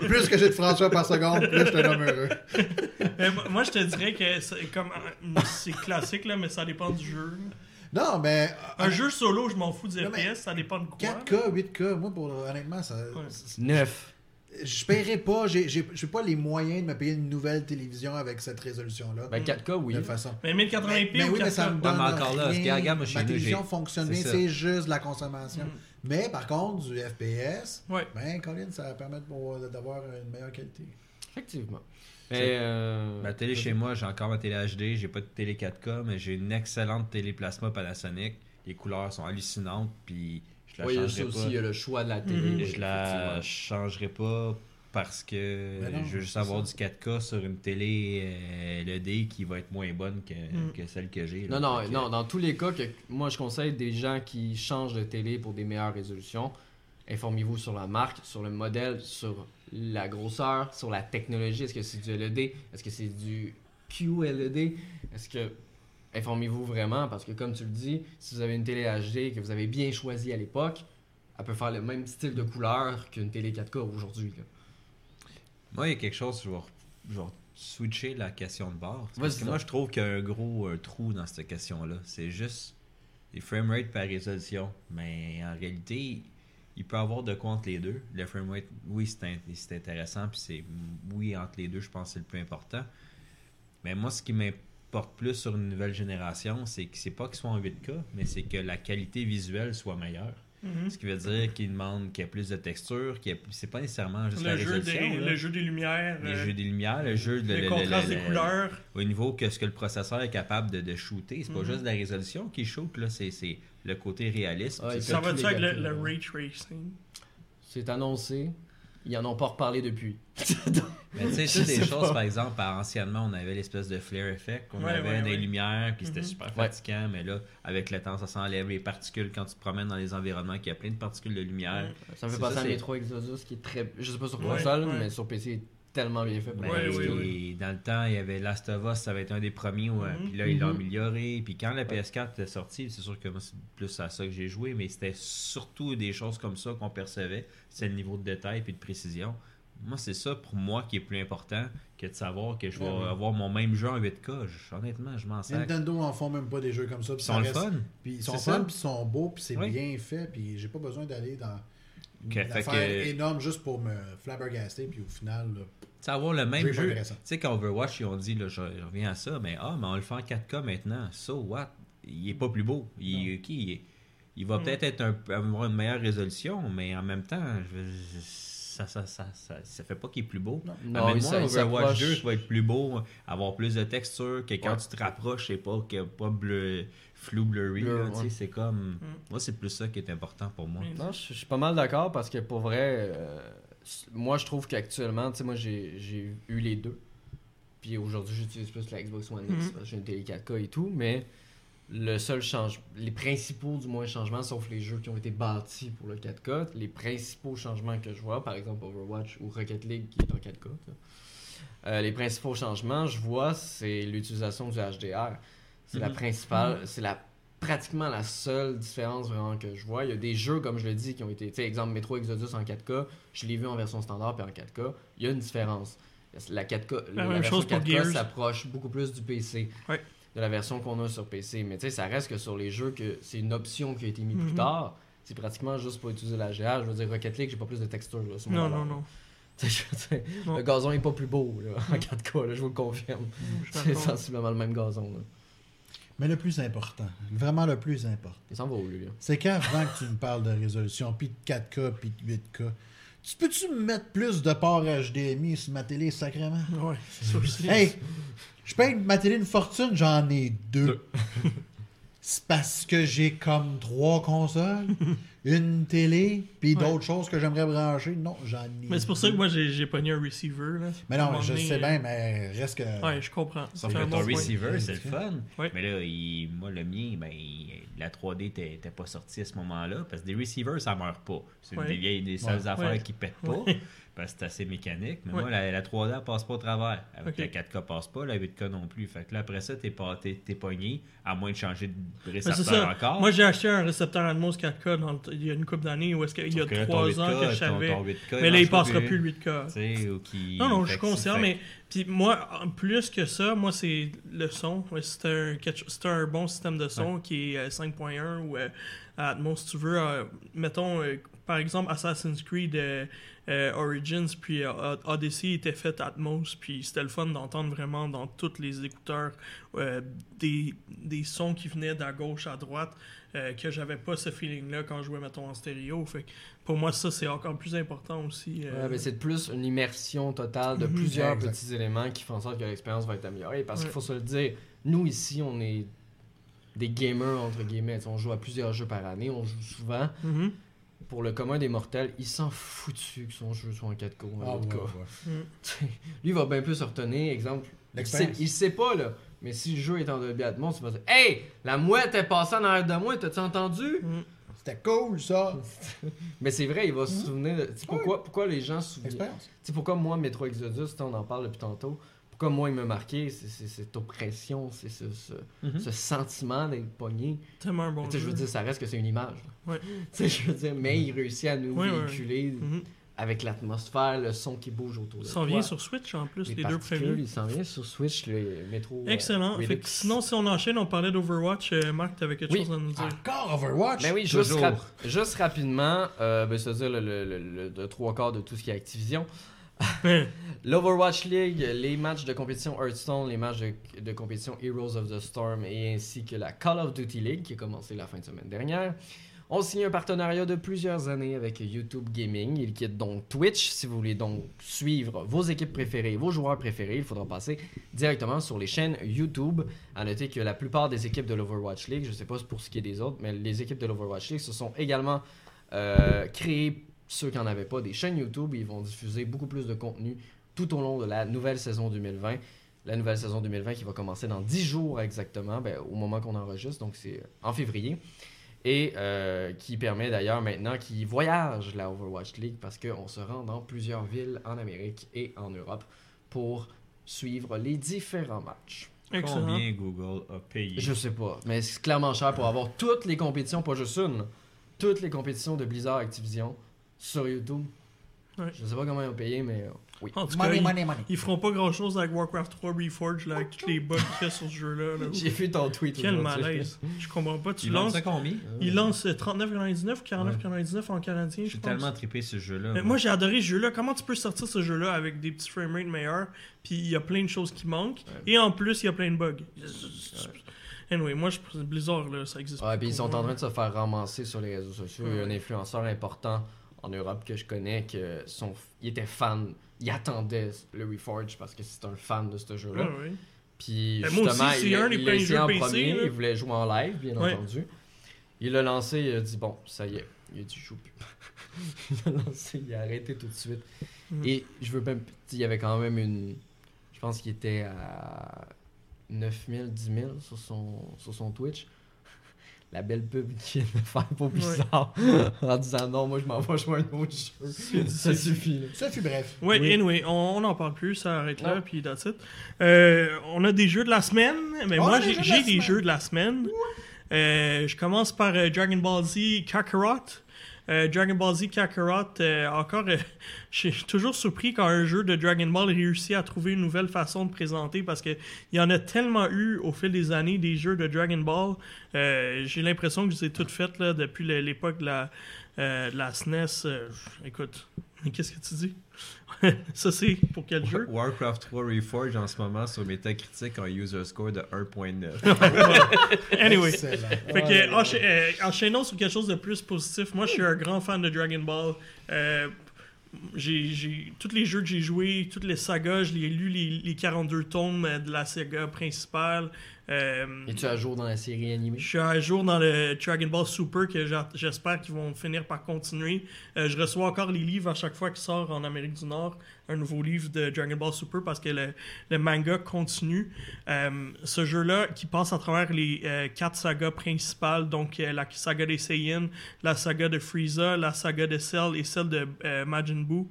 plus que j'ai de François par seconde, plus je te nomme heureux. Euh, moi- moi, je te dirais que c'est comme. euh, C'est classique, là, mais ça dépend du jeu. Non, mais. euh, Un jeu solo, je m'en fous du Ah. Non, mais- FPS, ça dépend de quoi. 4K, 8K, moi, pour, honnêtement, ça. Ouais. 9. Je paierais pas, j'ai j'ai- j'ai pas les moyens de me payer une nouvelle télévision avec cette résolution-là. Ben 4K, de oui. toute façon. Mais 1080p mais ou oui, mais ça me 4K? Ouais, donne mais encore là, rien. regarde, regarde, moi, chez Ma nous, télévision j'ai- fonctionne bien, c'est ça. c'est juste de la Mm. consommation. Mais par contre, du FPS, Ouais. ben Colin, ça permet de- pour- d'avoir une meilleure qualité. Effectivement. C'est- Mais. euh, Ma télé chez moi, j'ai encore ma télé HD, j'ai pas de télé 4K, mais j'ai une excellente télé plasma Panasonic. Les couleurs sont hallucinantes, puis je la Oui, il y a ça changerai aussi, il y a le choix de la télé. Mhm. pas. oui, Je la effectivement. Ben changerai pas parce que Mais non, je veux juste c'est avoir du 4K sur une télé euh, LED qui va être moins bonne que, Mm. que celle que j'ai. là. Non, non, Fait que- non, dans tous les cas, que moi je conseille des gens qui changent de télé pour des meilleures résolutions, informez-vous sur la marque, sur le modèle, sur la grosseur, sur la technologie. Est-ce que c'est du LED Est-ce que c'est du QLED Est-ce que. Informez-vous vraiment, parce que comme tu le dis, si vous avez une télé HD que vous avez bien choisie à l'époque, elle peut faire le même style de couleur qu'une télé 4K aujourd'hui. là. Moi, il y a quelque chose, je vais, re- je vais switcher la question de bord. C'est Vas-y Parce que donc. moi, je trouve qu'il y a un gros euh, trou dans cette question-là. C'est juste les framerates par résolution. Mais en réalité, il peut y avoir de quoi entre les deux. Le framerate, oui, c'est in- c'est intéressant. Puis c'est oui, entre les deux, je pense que c'est le plus important. Mais moi, ce qui m'importe plus sur une nouvelle génération, c'est que c'est pas qu'il soit en 8K, mais c'est que la qualité visuelle soit meilleure. Mhm. Ce qui veut dire qu'il demande qu'il y ait plus de texture, qu'il y ait plus- c'est pas nécessairement juste la Le, jeu résolution. des, là. le jeu des lumières. Les euh, jeux des lumières, le jeu de le, le- contraste le- le- des couleurs. Au niveau que ce que le processeur est capable de, de shooter, c'est pas Mhm. juste la résolution qui shoot, là, c'est, c'est le côté réaliste. Ouais, C'est il ça. Ça tous va-tu les avec le, gâteaux, le ouais. ray tracing? C'est annoncé, ils en ont pas reparlé depuis. (laughs) Mais tu sais, Je ça, des sais choses, pas. par exemple, par- anciennement, on avait l'espèce de flare effect, on Ouais, avait ouais, des ouais. lumières, puis c'était Mhm. super Ouais. fatigant, mais là, avec le temps, ça s'enlève, les particules, quand tu te promènes dans les environnements, qu'il y a plein de particules de lumière. Ouais. Ça me fait C'est penser ça, à c'est- Metro Exodus qui est très. Je sais pas sur Ouais, console, ouais. mais sur PC, il est tellement bien fait. pour Ben, Ouais, la et oui, télé. Dans le temps, il y avait Last of Us, ça va être un des premiers, ouais. Mhm. puis là, ils l'ont Mhm. amélioré. Puis quand la PS4 était sortie, c'est sûr que moi, c'est plus à ça que j'ai joué, mais c'était surtout des choses comme ça qu'on percevait. C'est le niveau de détail puis de précision. Moi, c'est ça pour moi qui est plus important que de savoir que je Ah vais Ouais, ouais. avoir mon même jeu en 8K. Je- honnêtement, je m'en sers. Puis Nintendo en font même pas des jeux comme ça. Ils puis ça sont le reste- fun. Puis ils sont C'est ça. fun, puis ils sont beaux, puis c'est Oui. bien fait, puis j'ai pas besoin d'aller dans Ok, une fait affaire que- énorme juste pour me flabbergaster, puis au final, là, Tu sais, avoir le même Jeu pas jeu. Tu intéressant. sais, quand Overwatch, ils ont dit, là, je, je reviens à ça, mais ah, mais on le fait en 4K maintenant. So what? Il est pas plus beau. Il, ok, il, il va Mm. peut-être être un- avoir une meilleure résolution, mais en même temps, je veux- je- ça, ça, ça, ça, ça fait pas qu'il est plus beau. Non, il Amène-moi s'a- un il Ah, ben, Overwatch s'approche. 2, ça va être plus beau, avoir plus de texture, que quand Ouais. tu te rapproches, c'est pas, que, pas bleu, flou, blurry. Blur, là, tu sais, ouais. C'est comme. Moi, c'est plus ça qui est important pour moi. Mm. Non, je, je suis pas mal d'accord parce que pour vrai, euh, s- moi je trouve qu'actuellement, tu sais, moi j'ai j'ai eu les deux. Puis aujourd'hui, j'utilise plus la Xbox One X Mhm. parce que j'ai une télé 4K et tout, mais le seul change les principaux du moins changements, sauf les jeux qui ont été bâtis pour le 4K, les principaux changements que je vois, par exemple Overwatch ou Rocket League qui est en 4K, là, euh, les principaux changements, je vois, c'est l'utilisation du HDR. C'est la Mhm. principale, c'est la pratiquement la seule différence vraiment que je vois. Il y a des jeux, comme je le dis, qui ont été, tu sais, exemple Metro Exodus en 4K, je l'ai vu en version standard puis en 4K. Il y a une différence. La 4K, la, même version chose pour 4K Gears. s'approche beaucoup plus du PC, Ouais. de la version qu'on a sur PC. Mais tu sais, ça reste que sur les jeux que c'est une option qui a été mise plus Mhm. tard. C'est pratiquement juste pour utiliser la GR. Je veux dire, Rocket League, j'ai pas plus de texture là, sur mon Non, ballon. non, (laughs) non. (laughs) Tu sais, je veux dire, Non. Hmm. Le gazon est pas plus beau là, en 4K, là, je vous le confirme. Je C'est m'attends. sensiblement le même gazon. là. Mais le plus important, vraiment le plus important, Il s'en va où, lui, là? c'est qu'avant que tu me parles de résolution, puis de 4K, puis de 8K, tu peux-tu me mettre plus de port HDMI sur ma télé, sacrément? Ouais, ça aussi. (laughs) Hey, je paye ma télé une fortune, j'en ai deux. (laughs) C'est parce que j'ai comme trois (laughs) consoles, une télé, puis Ouais. d'autres choses que j'aimerais brancher. Non, j'en ai. Mais c'est pour ça que moi, j'ai j'ai pogné un receiver. Là, Mais À un non, moment je donné, sais euh, bien, mais reste que. Ouais, je comprends. Sauf C'est que un ton bon point. receiver, c'est le Ouais. fun. Ouais. Mais là, il- moi, le mien, ben, il- la 3D était était pas sortie à ce moment-là. Parce que des receivers, ça meurt pas. C'est Ouais. des vieilles, des seules Ouais. affaires Ouais. qui pètent pas. (laughs) Ouais. Parce que c'est assez mécanique. Mais Ouais. moi, la, la 3D, elle passe pas au travers. Avec Ok. la 4K, passe pas. La 8K non plus. Fait que là, après ça, t'es pas- t'es t'es pogné. À moins de changer de Mais Ben, c'est récepteur ça. encore. Moi, j'ai acheté un récepteur Atmos 4K dans le t- il y a une couple d'années, ou est-ce qu'il y a Sauf que là, ton trois ans 8K, que je ton- savais. ton 8K, Mais là, il marche passera plus le 8K. Tu sais, ou qui- Non, non, je fait suis que c'est- conscient, fait mais puis moi, en plus que ça, moi, c'est le son. Ouais, c'est un, quelque chose- c'est un bon système de son qui est euh, 5.1 ou euh, Atmos, si tu veux. euh, mettons, euh, par exemple, Assassin's Creed euh, euh, Origins puis euh, Od- Odyssey étaient faits Atmos, puis c'était le fun d'entendre vraiment dans tous les écouteurs euh, des, des sons qui venaient d'à gauche à droite euh, que j'avais pas ce feeling-là quand je jouais, mettons, en stéréo. Fait que pour moi, ça, c'est encore plus important aussi. euh, Ouais, mais c'est de plus une immersion totale de Mhm. plusieurs Exact. petits éléments qui font en sorte que l'expérience va être améliorée. Parce qu'il Ouais. faut se le dire, nous ici, on est des gamers, entre guillemets. On joue à plusieurs jeux par année, on joue souvent. Mhm. Pour le commun des mortels, il s'en foutu que son jeu soit en 4K ou en Ah, 8K. ouais, ouais. Lui, il va bien plus se retenir, exemple. Il sait, L'expérience. il sait pas, là. Mais si le jeu est en Dolby Atmos, il va dire Hey, la mouette est passée en arrière de moi, t'as-tu entendu C'était cool, ça. Mais c'est vrai, il va Mmh. se souvenir. de- Tu sais, pourquoi, pourquoi les gens se souviennent Expérience. Tu sais, pourquoi moi, Metro Exodus, tu sais, on en parle depuis tantôt, pourquoi moi, il m'a marqué, c'est c'est cette oppression, c'est ce, ce, Mmh. Mhm. ce sentiment d'être pogné. Tellement un bon Tu sais, je jeu. veux dire, ça reste que c'est une image. là. Ouais. (laughs) Tu sais, je veux dire, mais il réussit à nous Ouais, ouais. véhiculer Mhm. avec l'atmosphère, le son qui bouge autour de Ça s'en toi. vient sur Switch en plus, Les les, deux particules, premiers. Il s'en vient sur Switch, euh, le métro. Excellent. Fait que sinon, si on enchaîne, on parlait d'Overwatch. Euh, Marc, t'avais quelque Oui. Ah. chose à nous dire. Encore Overwatch. Ben Mais Ben oui, juste, Toujours. rap- juste rapidement, euh, ben, c'est-à-dire le, le- le- le- le trois quarts de tout ce qui est Activision. Hein. L'Overwatch League, les matchs de compétition Hearthstone, les matchs de, de compétition Heroes of the Storm et ainsi que la Call of Duty League qui a commencé la fin de semaine dernière ont signé un partenariat de plusieurs années avec YouTube Gaming. Ils quittent donc Twitch. Si vous voulez donc suivre vos équipes préférées, vos joueurs préférés, il faudra passer directement sur les chaînes YouTube. À noter que la plupart des équipes de l'Overwatch League, je sais pas pour ce qui est des autres, mais les équipes de l'Overwatch League se sont également euh, créées, ceux qui n'en avaient pas, des chaînes YouTube. Ils vont diffuser beaucoup plus de contenu tout au long de la nouvelle saison 2020. La nouvelle saison 2020 qui va commencer dans 10 jours exactement, ben, au moment qu'on enregistre, donc c'est euh, en février. Et euh, qui permet d'ailleurs maintenant qu'ils voyagent la Overwatch League parce qu'on se rend dans plusieurs villes en Amérique et en Europe pour suivre les différents matchs. Excellent. Combien Google a payé Je sais pas, mais c'est clairement cher pour avoir toutes les compétitions, pas juste une, toutes les compétitions de Blizzard Activision sur YouTube. Ouais. Je sais pas comment ils ont payé, mais euh, oui. En tout cas, Money, ils, money, money. ils feront pas grand chose avec Warcraft 3 Reforged, là, avec tous les bugs qu'il y a sur ce jeu-là. là. J'ai vu ton tweet. Quel aujourd'hui. malaise. Je comprends pas. Tu Ils vendent lances. ça combien Il lance euh, 39,99 ou 49,99 en canadien, Je je suis pense. tellement trippé sur ce Euh, jeu-là. Mais moi. moi, j'ai adoré ce jeu-là. Comment tu peux sortir ce jeu-là avec des petits framerates meilleurs, puis il y a plein de choses qui manquent, et en plus, il y a plein de bugs. Anyway, moi, je Blizzard, là, ça existe Ouais, pas puis ils pour sont moi. en train de se faire ramasser sur les réseaux sociaux. Il y a un influenceur important en Europe que je connais qui il était fan, il attendait le Reforge parce que c'est un fan de ce jeu-là. Ouais, ouais. Puis Ben, moi justement, aussi, c'est il, un a- des il premiers l'a essayé jeux en PC, premier, là. il voulait jouer en live, bien Ouais. entendu. Il l'a lancé, il a dit bon, ça y est, il a dit je joue plus. (laughs) il a lancé, il a arrêté tout de suite. Mm. Et je veux même, il y avait quand même une, je pense qu'il était à 9000, 10 000 sur son, sur son Twitch. La belle pub qu'il vient de faire pour bizarre (laughs) en disant non, moi je m'en vais jouer à un autre (laughs) jeu. ça suffit. là. Ça fut bref. Ouais, Oui. anyway, on n'en parle plus, ça arrête là, Non. puis that's it. Euh, on a des jeux de la semaine, mais On a moi des j'ai jeux de j'ai la des semaine. jeux de la semaine. Euh, je commence par euh, Dragon Ball Z Kakarot. Euh, Dragon Ball Z Kakarot, euh, encore, euh, (laughs) je suis toujours surpris quand un jeu de Dragon Ball réussit à trouver une nouvelle façon de présenter parce qu'il y en a tellement eu au fil des années des jeux de Dragon Ball. Euh, J'ai l'impression que je les ai toutes faites là, depuis le- l'époque de la, euh, de la SNES. euh, E écoute, Mais qu'est-ce que tu dis? (laughs) ça, c'est pour quel (laughs) jeu? Warcraft 3 Reforged en ce moment sur Metacritic a un user score de 1.9. Anyway. Excellent. Fait que, Ouais. encha- euh, enchaînons sur quelque chose de plus positif. Moi, je suis un grand fan de Dragon Ball. Euh, j'ai, j'ai- tous les jeux que j'ai joués, toutes les sagas, je les ai lus, les, les 42 tomes euh, de la saga principale. Euh, Et tu as jour dans la série animée? je suis à jour dans le Dragon Ball Super que j'a- j'espère qu'ils vont finir par continuer. Euh, je reçois encore les livres à chaque fois qu'il sort en Amérique du Nord, un nouveau livre de Dragon Ball Super parce que le, le manga continue. Euh, ce jeu-là qui passe à travers les euh, quatre sagas principales, donc euh, la saga des Saiyans, la saga de Frieza, la saga de Cell et celle de euh, Majin Buu.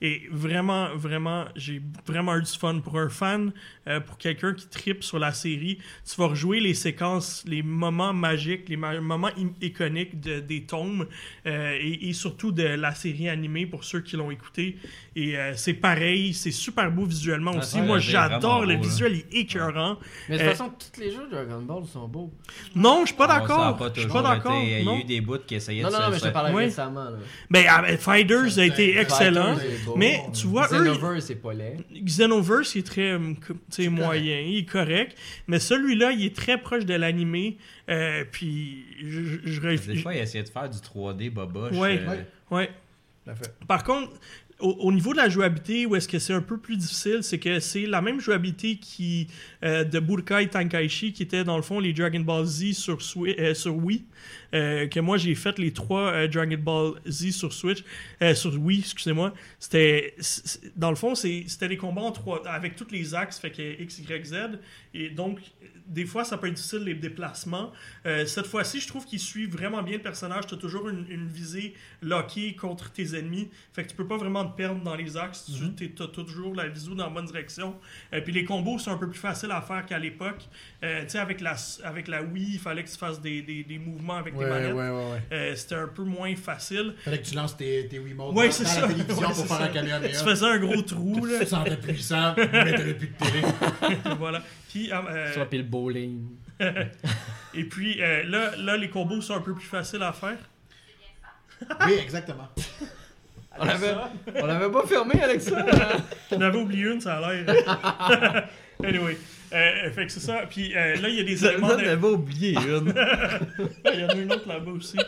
Et vraiment, vraiment, j'ai vraiment eu du fun. Pour un fan, euh, pour quelqu'un qui tripe sur la série, tu vas rejouer les séquences, les moments magiques, les ma- moments im- iconiques de- des tomes euh, et, et surtout de la série animée pour ceux qui l'ont écouté. Et euh, c'est pareil, c'est super beau visuellement Ah, aussi. ouais, Moi, c'est j'adore vraiment le beau, là. visuel, il est écœurant. Mais de Euh, toute façon, tous les jeux de Dragon Ball sont beaux. Non, je suis pas On s'en Ah, a d'accord. Je suis pas toujours été- d'accord. Il y a non. eu des bouts qui essayaient Non, de non, se- non, mais je te se- parlais Ouais. récemment. Là. Ben, ah, Fighters a été Fighters, excellent. Fighters, c'est beau. Mais tu vois, eux, ils- Xenoverse, c'est pas laid. (laughs) Xenoverse, il est très hum, co- tu sais, correct. moyen, il est correct. Mais celui-là, il est très proche de l'animé. euh, puis, je, je, je- Des fois, ils essayaient de faire du 3D boboche. Ouais. euh, (laughs) Ouais. ouais. Tout à fait. Par contre, au, au niveau de la jouabilité, où est-ce que c'est un peu plus difficile, c'est que c'est la même jouabilité qui, euh, de Burkai Tenkaichi, qui était dans le fond les Dragon Ball Z sur, Swi- euh, sur Wii, euh, que moi j'ai fait les trois euh, Dragon Ball Z sur Switch, euh, sur Wii, excusez-moi. C'était, c- c- dans le fond, c'est- c'était des combats en trois, avec tous les axes, fait que X, Y, Z, et donc des fois ça peut être difficile les déplacements. Euh, cette fois-ci, je trouve qu'il suit vraiment bien le personnage. Tu as toujours une, une visée lockée contre tes ennemis. Fait que tu peux pas vraiment te perdre dans les axes. Mhm. Tu as toujours la visu dans la bonne direction. Euh, puis les combos sont un peu plus faciles à faire qu'à l'époque. Euh, tu sais, avec la, avec la Wii, il fallait que tu fasses des, des- des mouvements avec Ouais, tes manettes. ouais, ouais, ouais. Euh, C'était un peu moins facile. Fallait que tu lances tes, tes Wiimotes Ouais, dans, c'est dans ça. la télévision Ouais, pour c'est faire ça. un caméra Tu faisais un (laughs) gros trou, là. Tu te sentais puissant, mais t'avais plus de télé. puis voilà. Puis, euh, euh, Soit puis le bowling. et puis euh, là, là, les combos sont un peu plus faciles à faire. Oui, exactement. On l'avait, on l'avait pas fermé, Alexa. J'en avais oublié une, ça a l'air. anyway. Euh, fait que c'est ça. Puis euh, là, il y a des éléments. de- avait oublié Ah. une. Il y en a une autre là-bas aussi.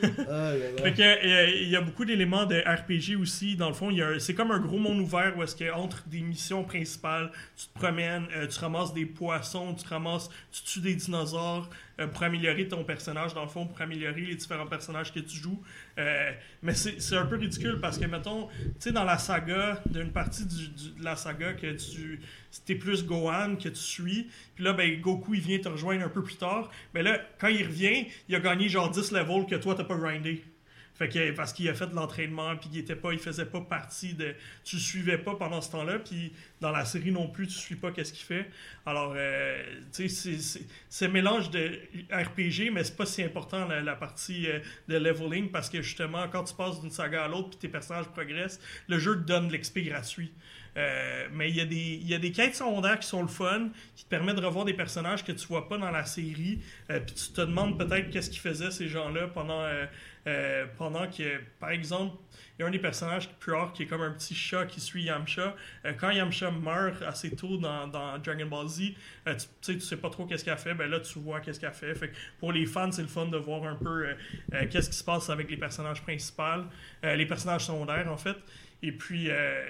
Fait que, euh, il y a beaucoup d'éléments de RPG aussi. Dans le fond, il y a un- c'est comme un gros monde ouvert où est-ce que entre des missions principales, tu te promènes, euh, tu ramasses des poissons, tu te ramasses, tu tues des dinosaures euh, pour améliorer ton personnage. Dans le fond, pour améliorer les différents personnages que tu joues. Euh, mais c'est c'est un peu ridicule parce que mettons, tu sais, dans la saga, d'une partie du- du- de la saga que tu c'était plus Gohan que tu suis. Puis là, ben, Goku, il vient te rejoindre un peu plus tard. Mais là, quand il revient, il a gagné genre 10 levels que toi, t'as pas grindé. Fait que, parce qu'il a fait de l'entraînement, puis il était pas, il faisait pas partie de. Tu le suivais pas pendant ce temps-là, puis dans la série non plus, tu suis pas qu'est-ce qu'il fait. Alors, euh, tu sais, c'est- c'est- c'est un mélange de RPG, mais c'est pas si important la, la partie euh, de leveling, parce que justement, quand tu passes d'une saga à l'autre, puis tes personnages progressent, le jeu te donne de l'XP gratuit. Euh, mais il y, a des- il y a des quêtes secondaires qui sont le fun, qui te permettent de revoir des personnages que tu vois pas dans la série, euh, puis tu te demandes peut-être qu'est-ce qu'ils faisaient ces gens-là pendant, euh, euh, pendant que, par exemple, il y a un des personnages plus rare qui est comme un petit chat qui suit Yamcha. Euh, quand Yamcha meurt assez tôt dans, dans Dragon Ball Z, euh, tu tu sais, tu sais pas trop qu'est-ce qu'elle fait, ben là tu vois qu'est-ce qu'elle fait. Fait que pour les fans, c'est le fun de voir un peu euh, euh, qu'est-ce qui se passe avec les personnages principaux, euh, les personnages secondaires en fait. Et puis, euh,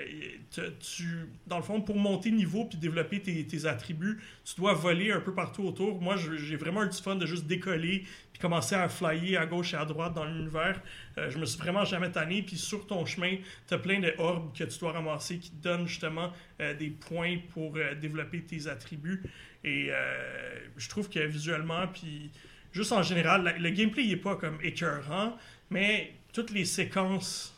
tu, tu- dans le fond, pour monter niveau puis développer tes, tes attributs, tu dois voler un peu partout autour. Moi, je- j'ai vraiment eu du fun de juste décoller puis commencer à flyer à gauche et à droite dans l'univers. Euh, je me suis vraiment jamais tanné. Puis sur ton chemin, tu as plein de orbes que tu dois ramasser qui te donnent justement euh, des points pour euh, développer tes attributs. Et euh, je trouve que visuellement, puis juste en général, la- le gameplay n'est pas comme écœurant, mais toutes les séquences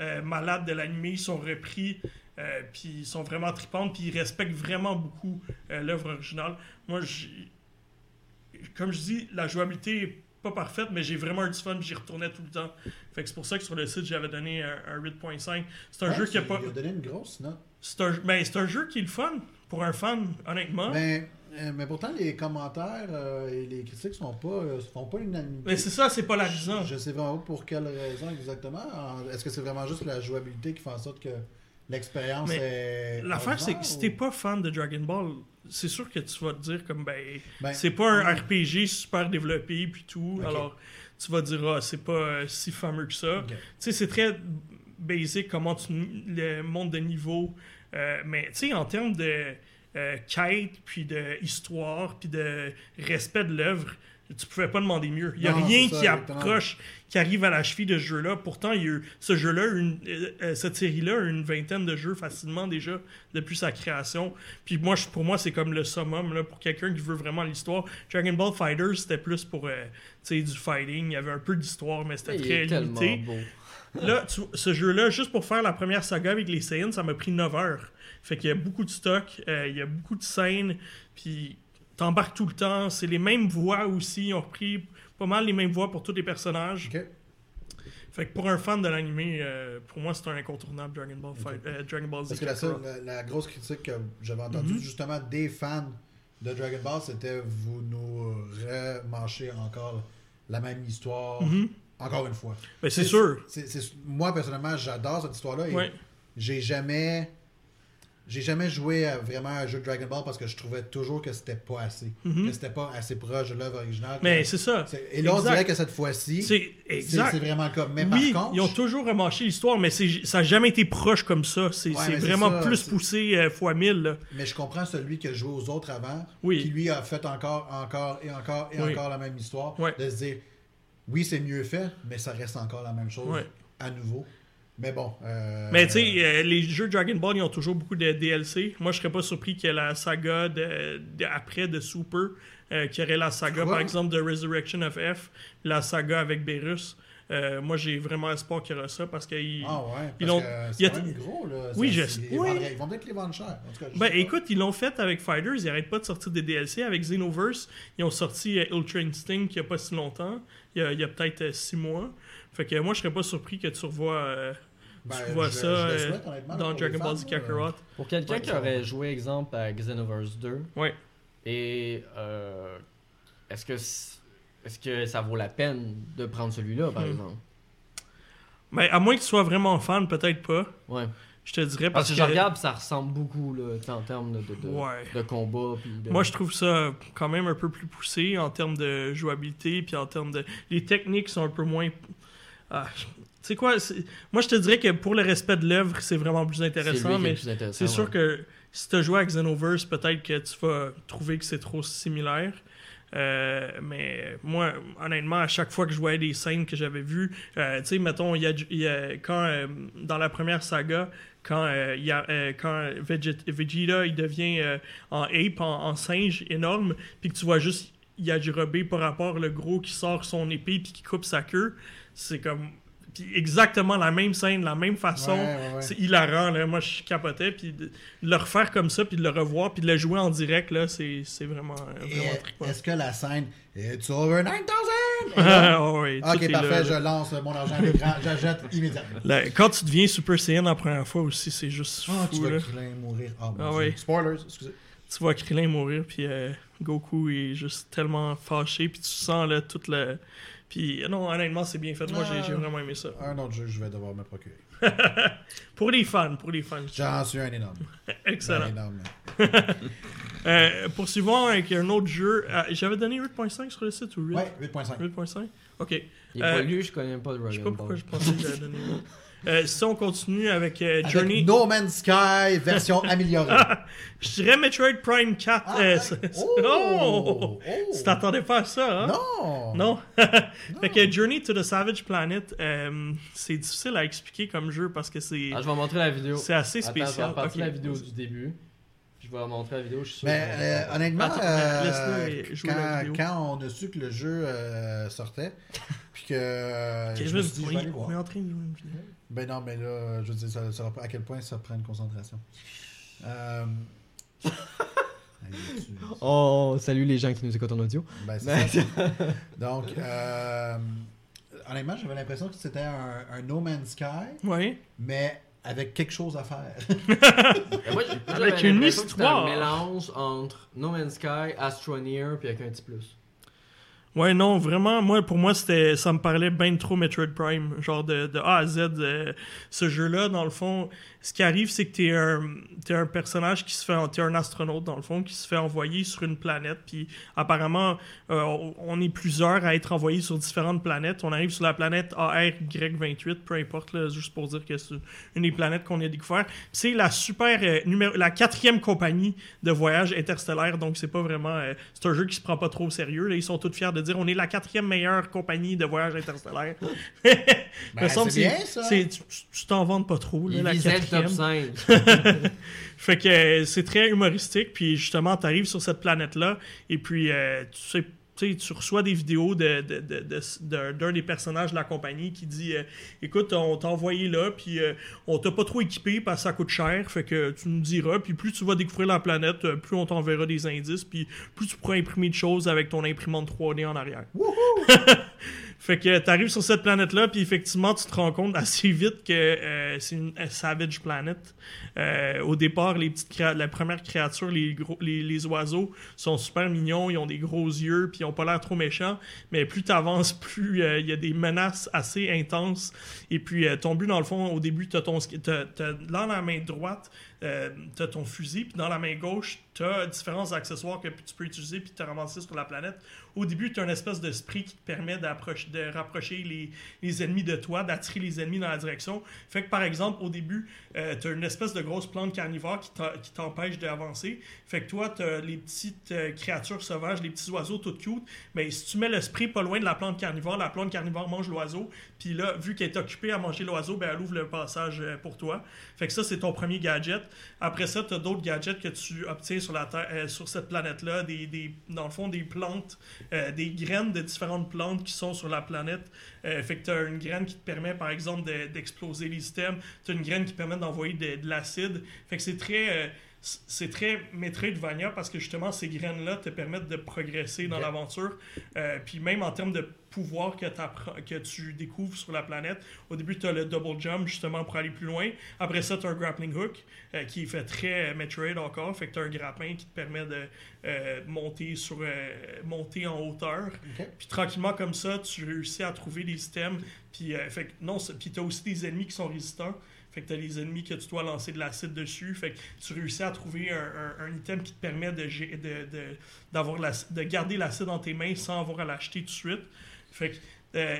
euh, malades de l'anime sont reprises. euh, puis sont vraiment tripantes, puis ils respectent vraiment beaucoup euh, l'œuvre originale. Moi, j'ai- comme je dis, la jouabilité est pas parfaite, mais j'ai vraiment eu du fun, puis j'y retournais tout le temps. Fait que c'est pour ça que sur le site, j'avais donné un, un 8.5. C'est un Ouais, jeu qui a c'est- pas... Il a donné une grosse note. C'est un, ben, c'est un jeu qui est le fun pour un fan, honnêtement. Mais Euh, mais pourtant, les commentaires euh, et les critiques sont pas, euh, font pas l'unanimité. Mais c'est ça, c'est polarisant. Je sais vraiment pas pour quelle raison exactement. En- Est-ce que c'est vraiment juste la jouabilité qui fait en sorte que l'expérience est. L'affaire, c'est que si t'es c'était pas fan de Dragon Ball, c'est sûr que tu vas te dire comme ben, Ben, c'est pas un RPG super développé puis tout. Ok. Alors tu vas dire ah c'est pas euh, si fameux que ça. Ok. Tu sais c'est très basic comment tu le monde de niveau. Euh, mais tu sais en termes de euh, quête puis de histoire puis de respect de l'œuvre. Tu pouvais pas demander mieux. Il y a Non, rien c'est ça, qui exactement. approche, qui arrive à la cheville de ce jeu-là. Pourtant, il y a eu- ce jeu-là, a eu une- euh, euh, cette série-là, a eu une vingtaine de jeux facilement déjà depuis sa création. Puis moi, je- pour moi, c'est comme le summum là, pour quelqu'un qui veut vraiment l'histoire. Dragon Ball Fighter, c'était plus pour euh, tu sais, du fighting. Il y avait un peu d'histoire, mais c'était Il très est tellement limité. beau. Là, tu- ce jeu-là, juste pour faire la première saga avec les Saiyans, ça m'a pris 9 heures. Fait qu'il y a beaucoup de stock, euh, il y a beaucoup de scènes, puis t'embarques tout le temps. C'est les mêmes voix aussi, ils ont repris pas mal les mêmes voix pour tous les personnages. Ok. Fait que pour un fan de l'anime, euh, pour moi, c'est un incontournable Dragon Ball, Fight- Ok. euh, Dragon Ball Z. Parce que la, Kakarot. seule- la- la grosse critique que j'avais Mm-hmm. entendue justement des fans de Dragon Ball, c'était vous nous remanchez encore la même histoire, Mhm. encore une fois. Ben, c'est sûr. C'est- c'est- moi, personnellement, j'adore cette histoire-là. et Ouais. J'ai jamais. J'ai jamais joué à vraiment un jeu de Dragon Ball parce que je trouvais toujours que c'était pas assez. Mhm. Que c'était pas assez proche de l'œuvre originale. Mais c'est ça. C'est- et là, on Exact. dirait que cette fois-ci, c'est C'est c'est exact. vraiment le cas. Mais oui, par contre, ils ont toujours remâché l'histoire, mais c'est- ça n'a jamais été proche comme ça. C'est Ouais, c'est mais c'est vraiment ça, plus c'est- poussé euh, fois 1000. là. mais je comprends celui qui a joué aux autres avant, Oui. qui lui a fait encore, encore et encore et Oui. encore la même histoire, Ouais. de se dire, oui, c'est mieux fait, mais ça reste encore la même chose Ouais. à nouveau. Mais bon. euh, Mais tu sais, euh, les jeux Dragon Ball, ils ont toujours beaucoup de DLC. Moi, je serais pas surpris que la saga de, de- après de Super, euh, qu'il y aurait la saga, Quoi? par exemple, de Resurrection of F, la saga avec Beerus. Euh, moi, j'ai vraiment espoir qu'il y aura ça parce qu'ils. Ah ouais, Ils parce l'ont- que il y c'est a- quand même gros, là. Oui, Ça, je- c'est- oui. Ils, vendraient- ils vont peut-être les vendre cher. En tout cas, je Ben sais pas. écoute, ils l'ont fait avec Fighters, ils n'arrêtent pas de sortir des DLC. Avec Xenoverse, ils ont sorti euh, Ultra Instinct il n'y a pas si longtemps, il y a, il y a peut-être 6 six mois. Fait que moi, je serais pas surpris que tu revois, euh, Ben, tu revois je- ça je le euh, souhaite, honnêtement, dans pour les Dragon Ball fans, Z là. Kakarot. Pour quelqu'un Ouais, qui ça va. aurait joué, exemple, à Xenoverse 2, Ouais. et euh, est-ce que c- est-ce que ça vaut la peine de prendre celui-là, par Hmm. exemple? Mais à moins que tu sois vraiment fan, peut-être pas. Ouais. Je te dirais Parce parce, que je que. regarde, ça ressemble beaucoup là, tu sais, en termes de, de, de- Ouais. de combat. puis de- Moi, je trouve ça quand même un peu plus poussé en termes de jouabilité, puis en termes de. Les techniques sont un peu moins. Ah, je- tu sais quoi? c'est- Moi, je te dirais que pour le respect de l'œuvre, c'est vraiment plus C'est lui intéressant, qui est le mais plus intéressant, c'est sûr ouais. que si tu as joué à Xenoverse, peut-être que tu vas trouver que c'est trop similaire. Euh, mais moi, honnêtement, à chaque fois que je voyais des scènes que j'avais vues, euh, tu sais, mettons, il y a, il y a- quand, euh, dans la première saga, quand, euh, il y a, euh, quand Veget- Vegeta il devient euh, en ape, en, en singe énorme, puis que tu vois juste Yajirobe par rapport le gros qui sort son épée puis qui coupe sa queue, c'est comme puis exactement la même scène, la même façon. Ouais, ouais, ouais. C'est hilarant, là. Moi, je capotais. Puis de de le refaire comme ça, puis de le revoir, puis de le jouer en direct, là, c'est c'est vraiment, euh, Et vraiment trippant. (laughs) Est-ce que la scène It's over 9000 Ah, ouais, tout est Ok, là, là. parfait, je lance mon argent à l'écran, j'achète immédiatement. Là, quand tu deviens Super Saiyan la première fois aussi, c'est juste Oh, tu fou, vas là. Krillin mourir. Ah, mon Ah Dieu. oui. Spoilers, excusez. Tu vois Krillin mourir, puis euh, Goku est juste tellement fâché, puis tu sens, là, toute la... Puis euh, non, honnêtement, c'est bien fait. Moi, j'ai Ah. j'ai vraiment aimé ça. Un autre jeu que je vais devoir me procurer. Pour les fans, pour les fans. J'en suis un énorme. Un Excellent. énorme. Euh, poursuivons avec un autre jeu. Ah, J'avais donné 8.5 sur le site ou 8? Ouais, 8.5. 8.5? OK. Il est pas Euh, lu, je connais pas Dragon Je sais pas pourquoi Ball. je pensais que j'avais donné. (laughs) Euh, si on continue avec euh, Avec Journey, No Man's Sky, (laughs) version améliorée. je dirais Metroid Prime 4. Ah, euh, ouais. ça- ça- Oh! Oh! Oh! Tu t'attendais pas à ça, hein? Non! Non. fait que Journey to the Savage Planet, euh, c'est difficile à expliquer comme jeu parce que c'est Ah, je vais montrer la vidéo. c'est assez Attends, je vais spécial. repartir Ok. la vidéo du début. Je vais montrer la vidéo, je suis sûr. Mais que- euh, honnêtement, Attends, euh, ben, laisse-le jouer la quand, vidéo. quand on a su que le jeu (laughs) euh, sortait, puis que euh, je Kevin, me suis dit, je vais aller le on est voir. en train de jouer une vidéo. Ben non, mais là, je veux dire, ça, ça va- à quel point ça prend une concentration. (laughs) Euh... Aïe, tu- Oh, salut les gens qui nous écoutent en audio. ben, c'est Mais- ça. (laughs) Donc, euh, honnêtement, j'avais l'impression que c'était un, un No Man's Sky, Ouais. mais avec quelque chose à faire. (laughs) Ben, moi, j- moi, j'avais Avec une l'impression que c'était histoire. un mélange entre No Man's Sky, Astroneer, puis avec un petit plus. Ouais, non, vraiment, moi, pour moi, c'était, ça me parlait bien trop Metroid Prime, genre de, de A à Z. euh, ce jeu-là, dans le fond, ce qui arrive, c'est que t'es un, t'es un personnage qui se fait, t'es un astronaute, dans le fond, qui se fait envoyer sur une planète, puis apparemment, euh, on- on est plusieurs à être envoyés sur différentes planètes. On arrive sur la planète ARY28, peu importe, là, juste pour dire que c'est une des planètes qu'on a découvert. C'est la super, euh, numéro, la quatrième compagnie de voyage interstellaire, donc c'est pas vraiment. euh, c'est un jeu qui se prend pas trop au sérieux. là. Ils sont tous fiers de dire on est la quatrième meilleure compagnie de voyage interstellaire. (laughs) Il Ben, me semble c'est que bien, ça. c'est- tu- tu tu t'en vantes pas trop, là, Il la visait le quatrième. top (laughs) 5. Fait que euh, c'est très humoristique, puis justement, tu arrives sur cette planète-là, et puis euh, tu sais. tu sais, tu reçois des vidéos de- de- de- de- de- d'un des personnages de la compagnie qui dit euh, Écoute, on t'a envoyé là, puis euh, on t'a pas trop équipé parce que ça coûte cher, fait que tu nous diras. Puis plus tu vas découvrir la planète, euh, plus on t'enverra des indices, puis plus tu pourras imprimer de choses avec ton imprimante 3D en arrière. Fait que t'arrives sur cette planète-là, puis effectivement, tu te rends compte assez vite que euh, c'est une euh, savage planet. Euh, au départ, les petites créa- la première créature, les, gros, les, les oiseaux, sont super mignons, ils ont des gros yeux, puis ils ont pas l'air trop méchants. Mais plus t'avances, (laughs) plus euh, il y a des menaces assez intenses. Et puis, euh, ton but, dans le fond, au début, t'as ton... sk- t'as- t'as- dans la main droite, euh, t'as ton fusil, puis dans la main gauche, t'as différents accessoires que tu peux utiliser, puis te ramasser sur la planète. Au début, t'as une espèce de spray qui te permet d'approcher- de rapprocher les, les ennemis de toi, d'attirer les ennemis dans la direction. Fait que, par exemple, au début, euh, t'as une espèce de grosse plante carnivore qui t'en- qui t'empêche d'avancer. Fait que toi, t'as les petites euh, créatures sauvages, les petits oiseaux toutes cute. Mais si tu mets le spray pas loin de la plante carnivore, la plante carnivore mange l'oiseau. Puis là, vu qu'elle est occupée à manger l'oiseau, ben, elle ouvre le passage euh, pour toi. Fait que ça, c'est ton premier gadget. Après ça, tu as d'autres gadgets que tu obtiens sur, la terre, euh, sur cette planète-là. Des, des- dans le fond, des plantes, euh, des graines de différentes plantes qui sont sur la planète. Euh, fait que tu as une graine qui te permet, par exemple, de- d'exploser les systèmes. Tu as une graine qui permet d'envoyer de, de l'acide. Fait que c'est très. euh, c- c'est très Metroidvania parce que justement ces graines-là te permettent de progresser dans Ok. l'aventure. Euh, puis même en termes de pouvoir que, t'apprends- que tu découvres sur la planète, au début tu as le double jump justement pour aller plus loin. Après ça, tu as un grappling hook euh, qui fait très euh, Metroid encore. Fait que tu as un grappin qui te permet de euh, monter, sur, euh, monter en hauteur. Ok. Puis tranquillement comme ça, tu réussis à trouver des systèmes. Puis euh, fait que non, c'est- puis t'as aussi des ennemis qui sont résistants. Fait que t'as des ennemis que tu dois lancer de l'acide dessus. Fait que tu réussis à trouver un, un- un item qui te permet de, gé- de, de- d'avoir l'ac- de garder l'acide dans tes mains sans avoir à l'acheter tout de suite. Fait que euh,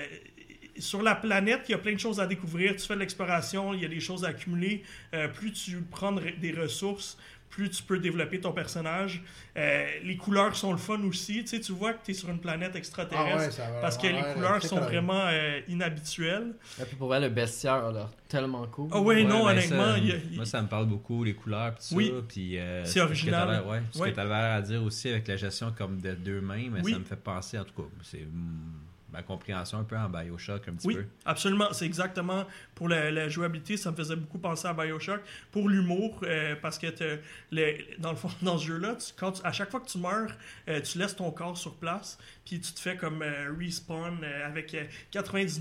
sur la planète, il y a plein de choses à découvrir. Tu fais de l'exploration, il y a des choses à accumuler. Euh, plus tu prends de- des ressources, plus tu peux développer ton personnage. Euh, les couleurs sont le fun aussi. Tu, sais, tu vois que tu es sur une planète extraterrestre ça va. parce que Ah Ouais, les ouais, couleurs c'est sont correct. vraiment euh, inhabituelles. Et Ben, puis pour vrai, le bestiaire a l'air tellement cool. Ah ouais, Ouais, non, ben, honnêtement, ça, il y a- il- Moi, ça me parle beaucoup, les couleurs, puis ça. Oui. puis, euh, C'est ce que original. t'avais- ouais, ce Ouais. que tu avais à dire aussi avec la gestion comme de deux mains, mais Oui. ça me fait penser, en tout cas, c'est mm, ma compréhension un peu en Bioshock, un petit Oui, peu. absolument. C'est exactement pour la, la jouabilité, ça me faisait beaucoup penser à Bioshock. Pour l'humour, euh, parce que t'as le- dans le fond, (laughs) dans ce jeu-là, tu- quand tu- à chaque fois que tu meurs, euh, tu laisses ton corps sur place, puis tu te fais comme euh, respawn euh, avec euh,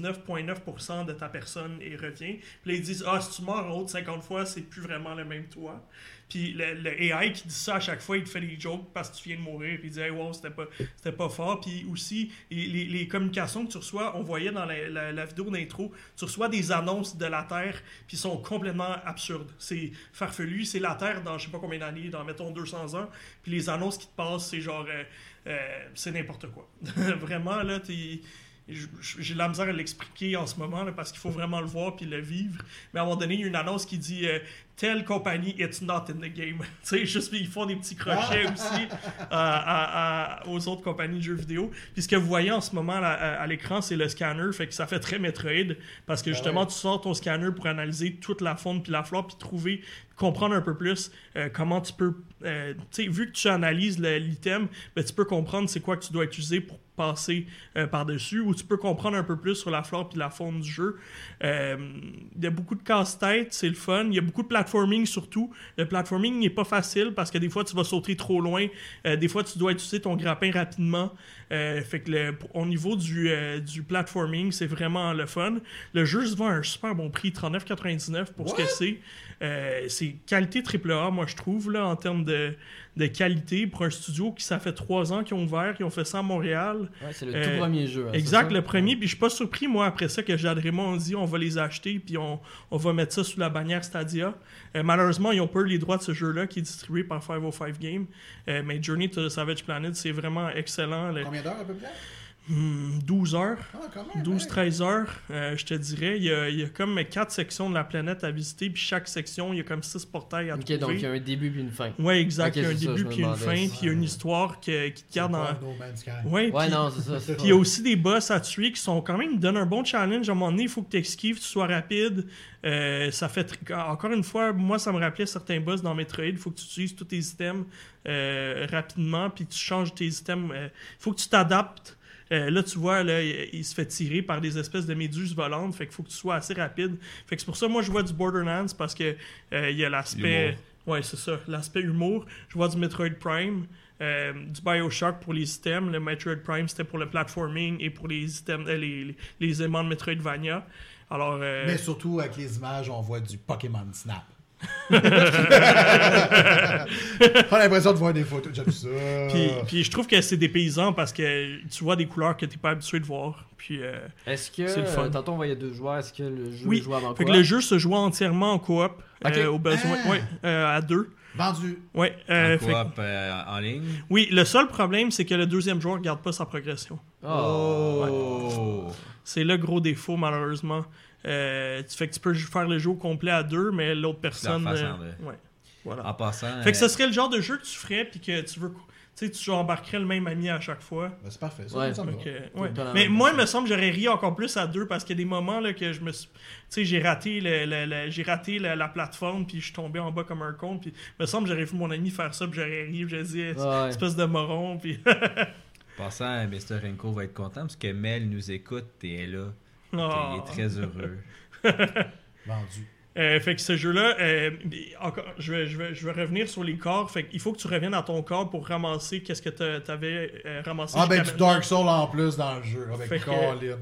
99,9% de ta personne et revient. Puis là, ils disent, ah, si tu meurs en haut de 50 fois, c'est plus vraiment le même toi. Puis le, le AI qui dit ça à chaque fois, il te fait des jokes parce que tu viens de mourir. Puis il dit, hey, wow, c'était pas, c'était pas fort. Puis aussi, les, les- les communications que tu reçois, on voyait dans la, la- la vidéo d'intro, tu reçois des annonces de la Terre, puis sont complètement absurdes. C'est farfelu, c'est la Terre dans je sais pas combien d'années, dans mettons 200 ans. Puis les annonces qui te passent, c'est genre, euh, euh, c'est n'importe quoi. (laughs) Vraiment, là, t'es. j- j- J'ai de la misère à l'expliquer en ce moment là, parce qu'il faut vraiment le voir puis le vivre. Mais à un moment donné, il y a une annonce qui dit euh, telle compagnie, it's not in the game. (laughs) tu sais, juste ils font des petits crochets aussi euh, à- à- aux autres compagnies de jeux vidéo. Puis ce que vous voyez en ce moment là, à, à l'écran, c'est le scanner, fait que ça fait très Metroid parce que justement, ouais. tu sors ton scanner pour analyser toute la faune puis la flore puis trouver, comprendre un peu plus euh, comment tu peux, euh, tu sais, vu que tu analyses le- l'item, ben, tu peux comprendre c'est quoi que tu dois utiliser pour passer euh, par-dessus, ou tu peux comprendre un peu plus sur la flore puis la faune du jeu. Euh, Il y a beaucoup de casse-tête, c'est le fun. Il y a beaucoup de plateformes platforming surtout. Le platforming n'est pas facile parce que des fois, tu vas sauter trop loin. Euh, des fois, tu dois utiliser ton grappin rapidement. Euh, fait que le- au niveau du, euh, du platforming, c'est vraiment le fun. Le jeu se vend à un super bon prix, 39,99 pour ce que c'est. Euh, c'est qualité AAA, moi, je trouve, là, en termes de, de qualité pour un studio qui, ça fait trois ans qu'ils ont ouvert, ils ont fait ça à Montréal. Ouais, c'est le Euh, tout premier jeu. hein, c'est Exact, ça? le premier. Puis je suis pas surpris, moi, après ça, que Jade Raymond dit on va les acheter, puis on, on va mettre ça sous la bannière Stadia. Euh, malheureusement, ils ont pas eu les droits de ce jeu-là qui est distribué par 505 Games. Euh, mais Journey to the Savage Planet, c'est vraiment excellent. Le- Combien d'heures à peu près? Hmm, 12 heures. Ah, quand même. hein. 12-13 heures, euh, je te dirais, il y, a, il y a comme quatre sections de la planète à visiter, puis chaque section, il y a comme six portails à Ok, trouver. donc il y a un début puis une fin. Ouais, exact. Ok, il y a un c'est ça, je début, me puis une demandais. fin, puis il y a une Ouais. histoire que- qui te C'est garde pas en. No Man's Sky. Ouais, Ouais, puis- non, c'est (laughs) ça. c'est puis il y a aussi des boss à tuer qui sont quand même donnent un bon challenge. À un moment donné, il faut que tu esquives, tu sois rapide. Euh, ça fait tr- encore une fois, moi ça me rappelait certains boss dans Metroid. Il faut que tu utilises tous tes items euh, rapidement, puis tu changes tes items. euh, Il faut que tu t'adaptes. Euh, là, tu vois, là, il, il se fait tirer par des espèces de méduses volantes. Fait qu'il faut que tu sois assez rapide. Fait que c'est pour ça, moi, je vois du Borderlands parce que euh, il y a l'aspect. L'humour. Ouais, c'est ça, l'aspect humour. Je vois du Metroid Prime, euh, du Bioshock pour les items. Le Metroid Prime, c'était pour le platforming et pour les items, euh, les, les, les aimants de Metroidvania. Alors, euh, Mais surtout, avec les images, on voit du Pokémon (laughs) Snap. On a l'impression de voir des photos, j'aime ça. puis, puis je trouve que c'est des paysans parce que tu vois des couleurs que tu pas habitué de voir. Puis, euh, Est-ce que. C'est le fun. euh, tantôt, on voyait deux joueurs. Est-ce que le jeu Oui. joue avant fait que quoi? le jeu se joue entièrement en coop, Ok. euh, au besoin, Ah. ouais, euh, à deux. Vendu. Ouais, euh, en fait que- coop, euh, en ligne. oui, le seul problème, c'est que le deuxième joueur ne garde pas sa progression. Ah, Oh! C'est le gros défaut, malheureusement. Euh, tu- fait que tu peux faire le jeu au complet à deux, mais l'autre personne. fasse euh, en deux. ouais. Voilà. En passant. Fait que euh, ce serait le genre de jeu que tu ferais, puis que tu veux. cou- Tu sais, tu embarquerais le même ami à chaque fois. Ben, c'est parfait. Ça, Ouais. ça me Fait va. que, Tout ouais. le temps la Mais même moi, il me semble que j'aurais ri encore plus à deux parce qu'il y a des moments là, que je me suis. Tu sais, j'ai raté, le, le- le- j'ai raté la, la plateforme, puis je suis tombé en bas comme un con, puis il me semble que j'aurais vu mon ami faire ça, puis j'aurais ri, puis j'aurais dit, eh, Ouais. espèce de moron, puis. (laughs) Passant, Mr. Renko va être content parce que Mel nous écoute et elle est là. Ah. Il est très heureux. Vendu. Euh, fait que ce jeu-là, euh, encore, je, vais, je, vais, je vais revenir sur les corps. Fait qu'il faut que tu reviennes à ton corps pour ramasser qu'est-ce que t'a- t'avais euh, ramassé. Ah ben jusqu'à du maintenant. Dark Souls en plus dans le jeu. Avec Fait que- Colin.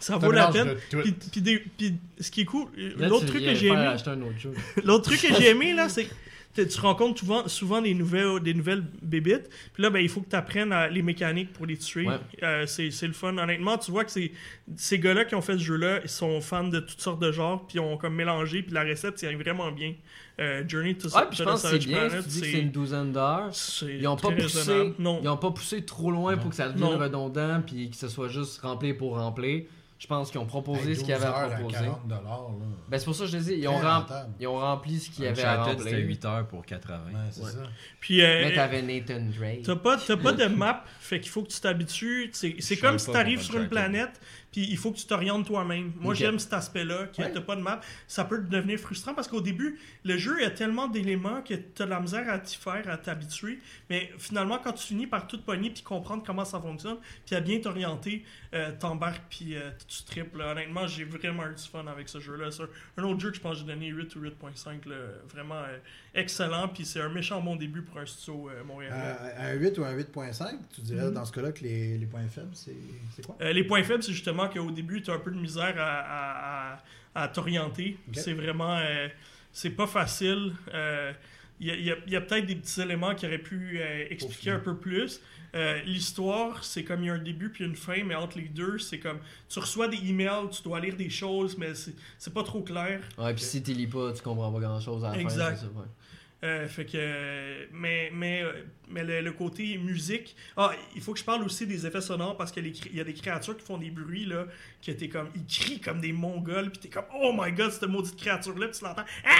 Ça un vaut la mélange peine. de tout. Puis, puis des- puis ce qui est cool, euh, Là, l'autre tu truc viens que j'ai faire aimé, acheter un autre jeu. (laughs) l'autre truc que j'ai aimé là, c'est que t- tu rencontres souvent, souvent des nouvelles, des nouvelles bébites. Puis là, ben il faut que tu apprennes les mécaniques pour les tuer. Ouais. Euh, c'est c'est le fun. Honnêtement, tu vois que c'est- ces gars-là qui ont fait ce jeu-là, ils sont fans de toutes sortes de genres, puis ils ont comme mélangé, puis la recette tient vraiment bien. Euh, Journey to, Ah, puis to je the pense que c'est Savage bien. si Planet, Tu dis que c'est une douzaine d'heures. c'est Ils n'ont pas très poussé. raisonnable. Non. Ils ont pas poussé trop loin pour que ça devienne Non. redondant puis que ce soit juste remplir pour remplir. Je pense qu'ils ont proposé ce qu'il y avait à proposer. 40 dollars là. Ben c'est pour ça que je te dis, ils ont, Très rem- rentable. ils ont rempli ce qu'il y Un avait à Uncharted, c'était remplir. 8 heures pour 80. Ouais, c'est Ouais. ça. Puis euh, Mais t'avais Nathan Drake. t'as pas t'as pas de map, fait qu'il faut que tu t'habitues. C'est c'est Je comme savais si pas t'arrives qu'on sur une contractait. planète, puis il faut que tu t'orientes toi-même. Moi Ok. j'aime cet aspect-là, que Ouais. t'as pas de map, ça peut devenir frustrant parce qu'au début le jeu il y a tellement d'éléments que t'as de la misère à t'y faire, à t'habituer. Mais finalement quand tu finis par tout pogner puis comprendre comment ça fonctionne, puis à bien t'orienter, euh, t'embarques puis euh, tu triples. Honnêtement j'ai vraiment eu du fun avec ce jeu-là. C'est un autre jeu que je pense que j'ai donné 8 ou 8.5, là. vraiment euh, excellent puis c'est un méchant bon début pour un studio euh, montréalais. Euh, un 8 ou un 8.5, tu dirais dans ce cas-là que les, les points faibles, c'est c'est quoi? Euh, les points faibles, c'est justement qu'au début, tu as un peu de misère à, à- à- à t'orienter. Ok. C'est vraiment. euh, c'est pas facile. Euh, Il y a- il y a, il y a peut-être des petits éléments qui auraient pu euh, expliquer un peu plus. Euh, L'histoire, c'est comme il y a un début puis une fin, mais entre les deux, c'est comme tu reçois des emails, tu dois lire des choses, mais c'est c'est pas trop clair. Ouais, puis si t'y lis pas, tu comprends pas grand chose à la Exact. fin. c'est ça, ouais. Euh, fait que, mais mais, euh, mais le, le côté musique. Ah, il faut que je parle aussi des effets sonores parce qu'il y a des créatures qui font des bruits là, que t'es comme, ils crient comme des mongols, puis t'es comme, oh my god, cette maudite créature là, puis tu l'entends, ah,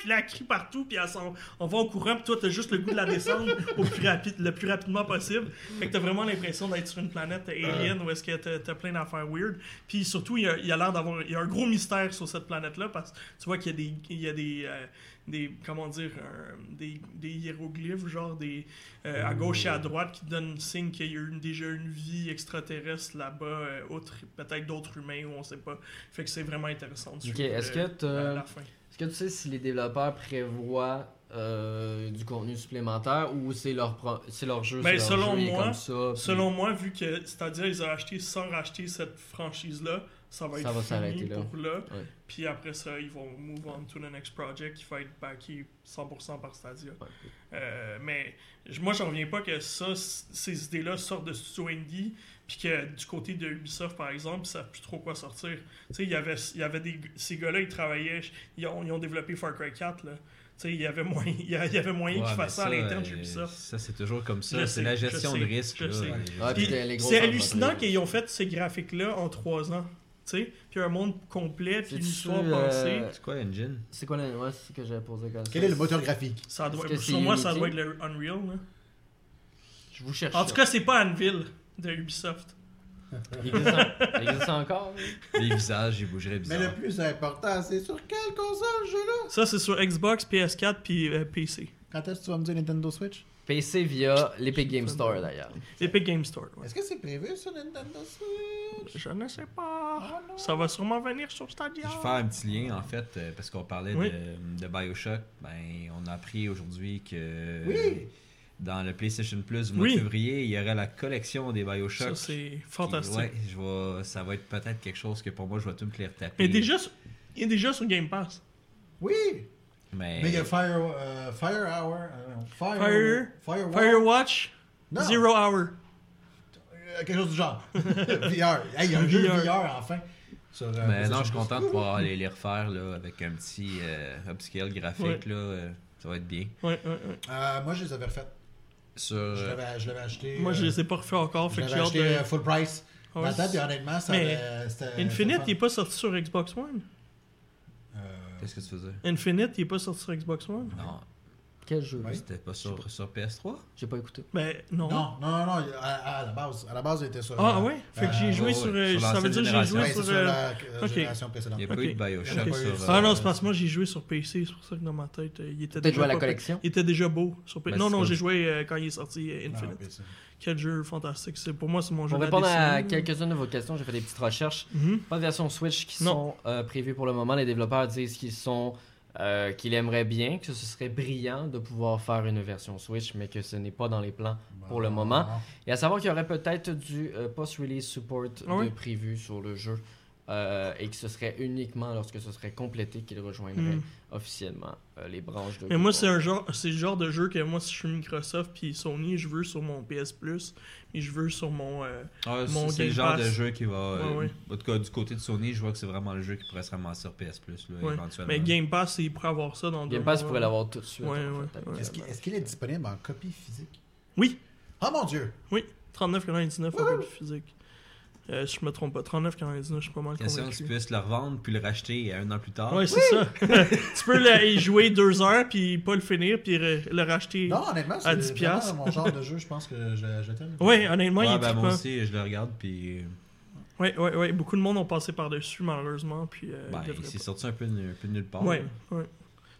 puis là elle crie partout, puis elle s'en- on va en courant, puis toi t'as juste le goût de la descendre au plus rapide, le plus rapidement possible. Fait que t'as vraiment l'impression d'être sur une planète alien où est-ce que t'as- t'as plein d'affaires weird. Puis surtout, il y a, il y a l'air d'avoir, il y a un gros mystère sur cette planète là parce que tu vois qu'il y a des, il y a des euh, des comment dire euh, des, des hiéroglyphes genre des euh, à gauche et à droite qui donnent signe qu'il y a eu déjà une vie extraterrestre là-bas euh, autre peut-être d'autres humains ou on sait pas fait que c'est vraiment intéressant de Ok, suivre, est-ce euh, que t'as- la- la fin. Est-ce que tu sais si les développeurs prévoient euh, du contenu supplémentaire ou c'est leur, pro- c'est leur jeu, Ben, c'est leur selon jeu, il est moi, comme ça, puis Selon moi, vu que, c'est-à-dire, ils ont acheté sans racheter cette franchise-là, ça va Ça être va fini s'arrêter là. pour là. Ouais. Puis après ça, ils vont move on to the next project qui va être backé 100% par Stadia. Ouais. Euh, mais j- moi, j'en reviens pas que ça, c- ces idées-là sortent de studio indie, puis que du côté de Ubisoft, par exemple, ça savent plus trop quoi sortir. Tu sais, il y avait, il y avait des, ces gars-là, ils travaillaient, ils ont, ils ont développé Far Cry 4, là. Tu sais, il y avait moyen, (laughs) il y a- il y avait moyen Ouais, qu'ils mais fassent ça à l'interne chez euh, Ubisoft. Ça, c'est toujours comme Je ça. sais, C'est la je gestion sais, de risque. je là. sais. Ah, Ouais, Puis, puis t'as les grosses C'est hallucinant entreprises. qu'ils ont fait ces graphiques-là en trois ans. Tu sais, puis un monde complet, puis une C'est-tu, histoire euh, pensée. (laughs) C'est quoi, Engine C'est quoi le... ouais, c'est ce que j'avais posé comme ça. Quel est le moteur graphique Ça doit, Est-ce que sur c'est moi, ça Unity? doit être le Unreal. là. Je vous cherche. En tout ça. cas, c'est pas Anvil de Ubisoft. il existe, en- il existe encore. oui. Les visages, ils bougeraient Mais bizarre. le plus important, c'est sur quelle console je l'ai Ça, c'est sur Xbox, PS4, puis euh, PC. Quand est-ce que tu vas me dire Nintendo Switch PC via l'Epic Game Store d'ailleurs. Epic Game Store. ouais. Est-ce que c'est prévu sur Nintendo Switch Je ne sais pas. Ça va sûrement venir sur Je Stadia. vais faire un petit lien en fait, euh, parce qu'on parlait Oui. de, de Bioshock. Ben, on a appris aujourd'hui que Oui. dans le PlayStation Plus du mois Oui. de février, il y aurait la collection des Bioshock. Ça, c'est Puis, fantastique. ouais, je vais- ça va être peut-être quelque chose que pour moi, je vais tout me les retaper. Mais déjà, sur- il est déjà sur Game Pass. Oui Mais, Mais il y a Fire, euh, Fire Hour. euh, non, Fire. Fire- Firewall. Firewatch, Non. Zero Hour. Euh, quelque chose du genre. (laughs) VR. Hey, il y a un jeu VR. VR enfin. Sur, euh, PlayStation mais Ben, non, je suis Plus. content de pouvoir aller les refaire là, avec un petit euh, upscale graphique. Ouais. Là, euh, ça va être bien. Ouais, ouais, ouais. Euh, moi, je les avais refaites. Sur, Je euh, l'avais je l'avais acheté. Moi, je euh, les ai pas refaits encore. je Fait que l'avais j'ai hâte acheté de. Ah euh, full price. Ouais, Dans le temps, c'est- puis honnêtement, ça Mais avait- euh, c'était. Infinite, il c'était est fun. pas sorti sur Xbox One. Euh, qu'est-ce que tu faisais Infinite, il est pas sorti sur Xbox One. Non, Quel jeu Oui. c'était pas sur, sur PS3 J'ai pas écouté. Ben non. Non, non, non, non, à, à la base, à la base, il était sur. Ah euh, ouais? Fait que j'ai euh, joué ouais, sur. ouais, euh, sur ça veut dire l'ancienne que j'ai joué ouais, c'est sur. sur, euh, la euh, ok. génération précédente. Il n'y a Ok. pas eu de Bioshock Ok. sur. Ah non, euh, c'est parce que moi j'ai joué sur PC, c'est pour ça que dans ma tête, euh, il était Peut-être déjà jouer à la pas- collection. Il était déjà beau sur PC. Ben, non, c'est Ah, non, pas- j'ai joué euh, quand il est sorti euh, Non, Infinite. mais c'est- Quel jeu fantastique. C'est, pour moi, c'est mon jeu Pour de la répondre à décennie. quelques-unes de vos questions, j'ai fait des petites recherches. Mhm. Pas de version Switch qui Non. sont euh, prévues pour le moment. Les développeurs disent qu'ils sont euh, qu'ils aimeraient bien, que ce serait brillant de pouvoir faire une version Switch, mais que ce n'est pas dans les plans Pour le moment. Et à savoir qu'il y aurait peut-être du euh, post-release support Ah oui? de prévu sur le jeu euh, et que ce serait uniquement lorsque ce serait complété qu'il rejoindrait Mm. officiellement euh, les branches de Mais moi, Google. c'est un genre, c'est le genre de jeu que moi, si je suis Microsoft puis Sony, je veux sur mon PS Plus, mais je veux sur mon. euh, Ah, Mon c'est- c'est le Game genre Pass. de jeu qui va. euh, Ouais, ouais. En tout cas, du côté de Sony, je vois que c'est vraiment le jeu qui pourrait se ramasser sur PS Plus là, ouais. éventuellement. Mais Game Pass, il pourrait avoir ça dans deux Game Pass mois. pourrait l'avoir tout de suite. Ouais, en ouais, fait, ouais. Est-ce qu'il est-ce qu'il est disponible en copie physique Oui, Ah mon dieu oui. 39,99 en copie physique. Euh, si je me trompe pas, 39,99, je suis pas mal Question que convaincu. Ah tu puisses le revendre puis le racheter un an plus tard. Ouais, c'est ça. (laughs) tu peux le- y jouer deux heures, puis pas le finir, puis re- le racheter. Non, honnêtement, À c'est 10 vraiment piastres. hein. mon genre de jeu, je pense que je, Ah, je t'aime. Ouais, honnêtement, Ouais, il est ben, moi trippant. aussi, je le regarde puis. euh, Ouais, ouais, ouais. Beaucoup de monde ont passé par-dessus, malheureusement, puis euh, ben, ils devraient c'est pas. sorti un peu, de- un peu de nulle part. Ouais, là. ouais.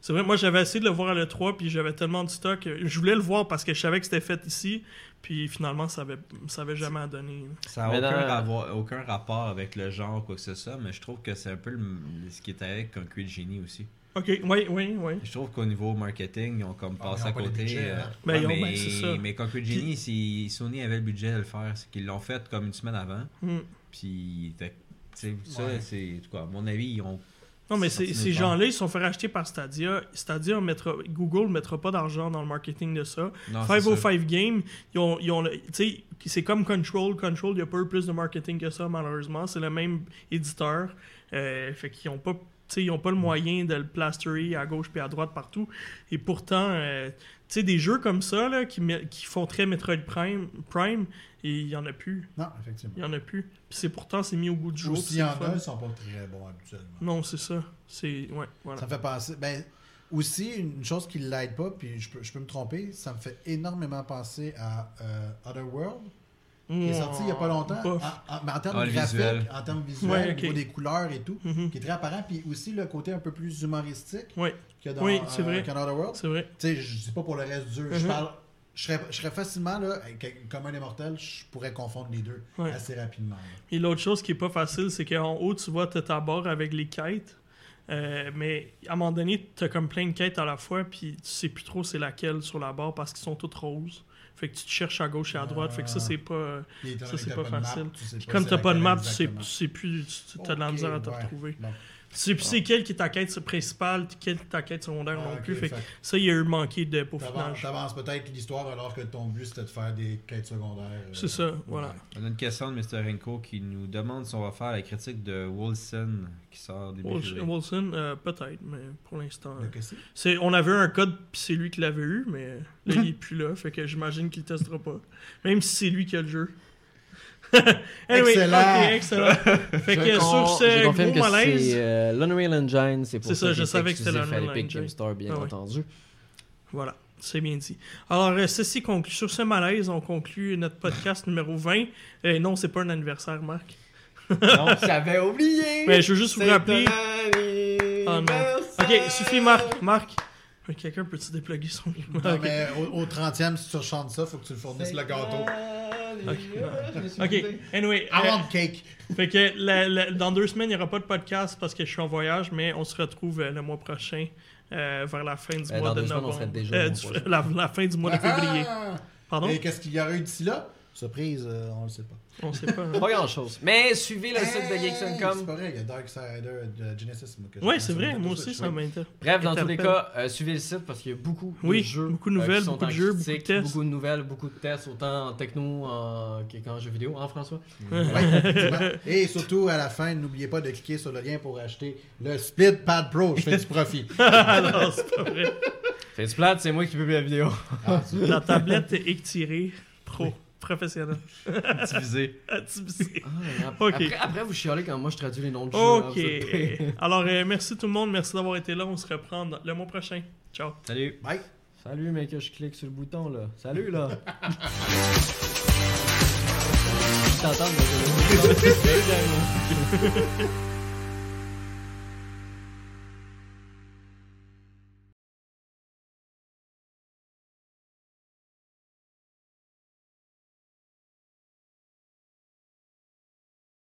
C'est vrai, moi j'avais essayé de le voir à l'E3, puis j'avais tellement de stock. euh, Je voulais le voir parce que je savais que c'était fait ici, puis finalement ça avait, ça avait jamais à donner. là. Ça n'a Mais aucun, dans- ravo- aucun rapport avec le genre ou quoi que ce soit, mais je trouve que c'est un peu le- ce qui était avec Concrete Genie aussi. Ok, oui, oui, oui. Je trouve qu'au niveau marketing, ils ont comme Ah, ils passé ont à pas les côté. budgets, euh, hein. Ben, ils ont- ben, mais, c'est ça. mais Concrete Genie, si Sony avait le budget de le faire, c'est qu'ils l'ont fait comme une semaine avant. Hmm. Puis, t'as- tu sais, ça, Ouais. c'est. en tout cas, à mon avis, ils ont. Non, mais C'est ces, sorti ces nulle part. gens-là, ils se sont fait racheter par Stadia. Stadia, mettra, Google ne mettra pas d'argent dans le marketing de ça. Ah, Non, c'est ça. 505 Game, ils ont, ils ont le- tu sais, c'est comme Control. Control, il n'y a pas eu plus de marketing que ça, malheureusement. C'est le même éditeur. Euh, fait qu'ils n'ont pas, tu sais, ils ont pas le Mm. moyen de le plasterer à gauche puis à droite partout. Et pourtant, euh, tu sais, des jeux comme ça, là, qui, met- qui font très Metroid Prime, Prime et il n'y en a plus. Non, Il effectivement. n'y en a plus. Puis c'est pourtant, c'est mis au goût du jour. Ou puis s'il c'est y le en fun. a, ils sont pas très bons habituellement. Non, c'est ça. C'est, ouais, voilà. Ça me fait penser. Ben, aussi, une chose qui ne l'aide pas, puis je peux, je peux me tromper, ça me fait énormément penser à euh, Otherworld, qui est sorti il n'y a pas longtemps. Oh, Bof. En- en- mais en termes Ah, le graphiques, visuel. en termes visuels, Ouais, au ok. niveau des couleurs et tout, Mhm. qui est très apparent, puis aussi le côté un peu plus humoristique Ouais, que dans Oui, c'est euh, vrai. qu'en Otherworld. c'est vrai. Tu sais, je dis pas pour le reste du jeu. Je Mhm. parle. Je serais, je serais facilement, là, avec- comme un immortel, je pourrais confondre les deux Ouais. assez rapidement. là. Et l'autre chose qui est pas facile, c'est qu'en haut, tu vois, t'es à bord avec les kites. Euh, mais à un moment donné, t'as comme plein de quêtes à la fois, puis tu sais plus trop c'est laquelle sur la barre parce qu'ils sont toutes roses. Fait que tu te cherches à gauche et à droite. Fait que ça, c'est pas. euh, Puis étant Ça, donné c'est que t'as pas de map, facile. tu sais pas Comme c'est t'as pas de laquelle map, tu sais, exactement. tu sais plus. tu- T'as de la Ok, misère à te ouais. retrouver. Bon. Tu sais plus c'est quelle qui est ta quête principale, puis quelle qui est ta quête secondaire Ah, non ok, plus. Fait que fait ça, il y a eu manqué de peaufinage. T'avances t'avances peut-être l'histoire alors que ton but c'était de faire des quêtes secondaires. euh, C'est ça, voilà. ouais. On a une question de Mr. Renko qui nous demande si on va faire la critique de Wilson qui sort début Wilson, juillet. Wilson, euh, peut-être, mais pour l'instant. Mais qu'est-ce que C'est, on avait un code, puis c'est lui qui l'avait eu, mais là, Mhm. il est plus là, fait que j'imagine qu'il le testera pas. Même si c'est lui qui a le (laughs) jeu. Anyway, Excellent. ok, excellent. Fait que Je sur con- je ce confirme gros que malaise, C'est euh, l'Unreal Engine, c'est pour C'est ça, ça, je savais que c'était l'Unreal l'Unreal Engine. Engine. Game Store, bien Ah ouais. entendu. voilà, c'est bien dit. Alors, euh, ceci conclut. Sur ce malaise, on conclut notre podcast numéro 20. Et non, c'est pas un anniversaire, Marc. Non, j'avais oublié. Mais je veux juste vous C'est rappeler. un Oh non. Ok, anniversaire. suffit, Marc. Marc, quelqu'un peut-tu dépluguer son micro? Non, Ok. mais au, au 30e, si tu rechantes ça, faut que tu le fournisses C'est le gâteau. un anniversaire. Je me suis Ok, oublié. anyway. I euh, want cake. Fait que la- la- dans deux semaines, il n'y aura pas de podcast parce que je suis en voyage, mais on se retrouve euh, le mois prochain, euh, vers la fin du Euh, mois dans de deux semaines, on novembre. serait déjà Euh, le mois du- prochain. (laughs) la, la fin du mois de février. Ah! Pardon? Et qu'est-ce qu'il y aurait eu d'ici là? Surprise, euh, on le sait pas. On sait pas. hein. Pas grand chose. Mais suivez le site de Hey, C'est Geeks.com. pas vrai, il y a Darksider de Genesis. moi, que je Ouais, connais c'est sur vrai, Nintendo moi aussi, Switch, ça oui. m'intéresse. (laughs) Bref, dans tous les Interpelle. cas, euh, suivez le site parce qu'il y a beaucoup Oui, de jeux. euh, beaucoup de nouvelles, qui sont beaucoup en de jeux, beaucoup de critique, tests. Beaucoup de nouvelles, beaucoup de tests, autant en techno en- que- qu'en jeux vidéo, hein, François Ouais, effectivement. Et surtout, à la fin, n'oubliez pas de cliquer sur le lien pour acheter le Split Pad Pro. Je fais du (laughs) profit. Ah non, c'est pas vrai. C'est du plate, c'est moi qui publie la vidéo. Ah, c'est- La tablette éctirée pro. (laughs) Professionnel. Divisé. Atibisé. Ah, Ok. après, après, vous chialez quand moi je traduis les noms de jeux. hein, Ok. vous êtes pire. (laughs) Alors, euh, merci tout le monde. Merci d'avoir été là. On se reprend dans- le mois prochain. Ciao. Salut. Bye. Salut, mec, je clique sur le bouton là. Salut (laughs) là. Je t'entends, mais je-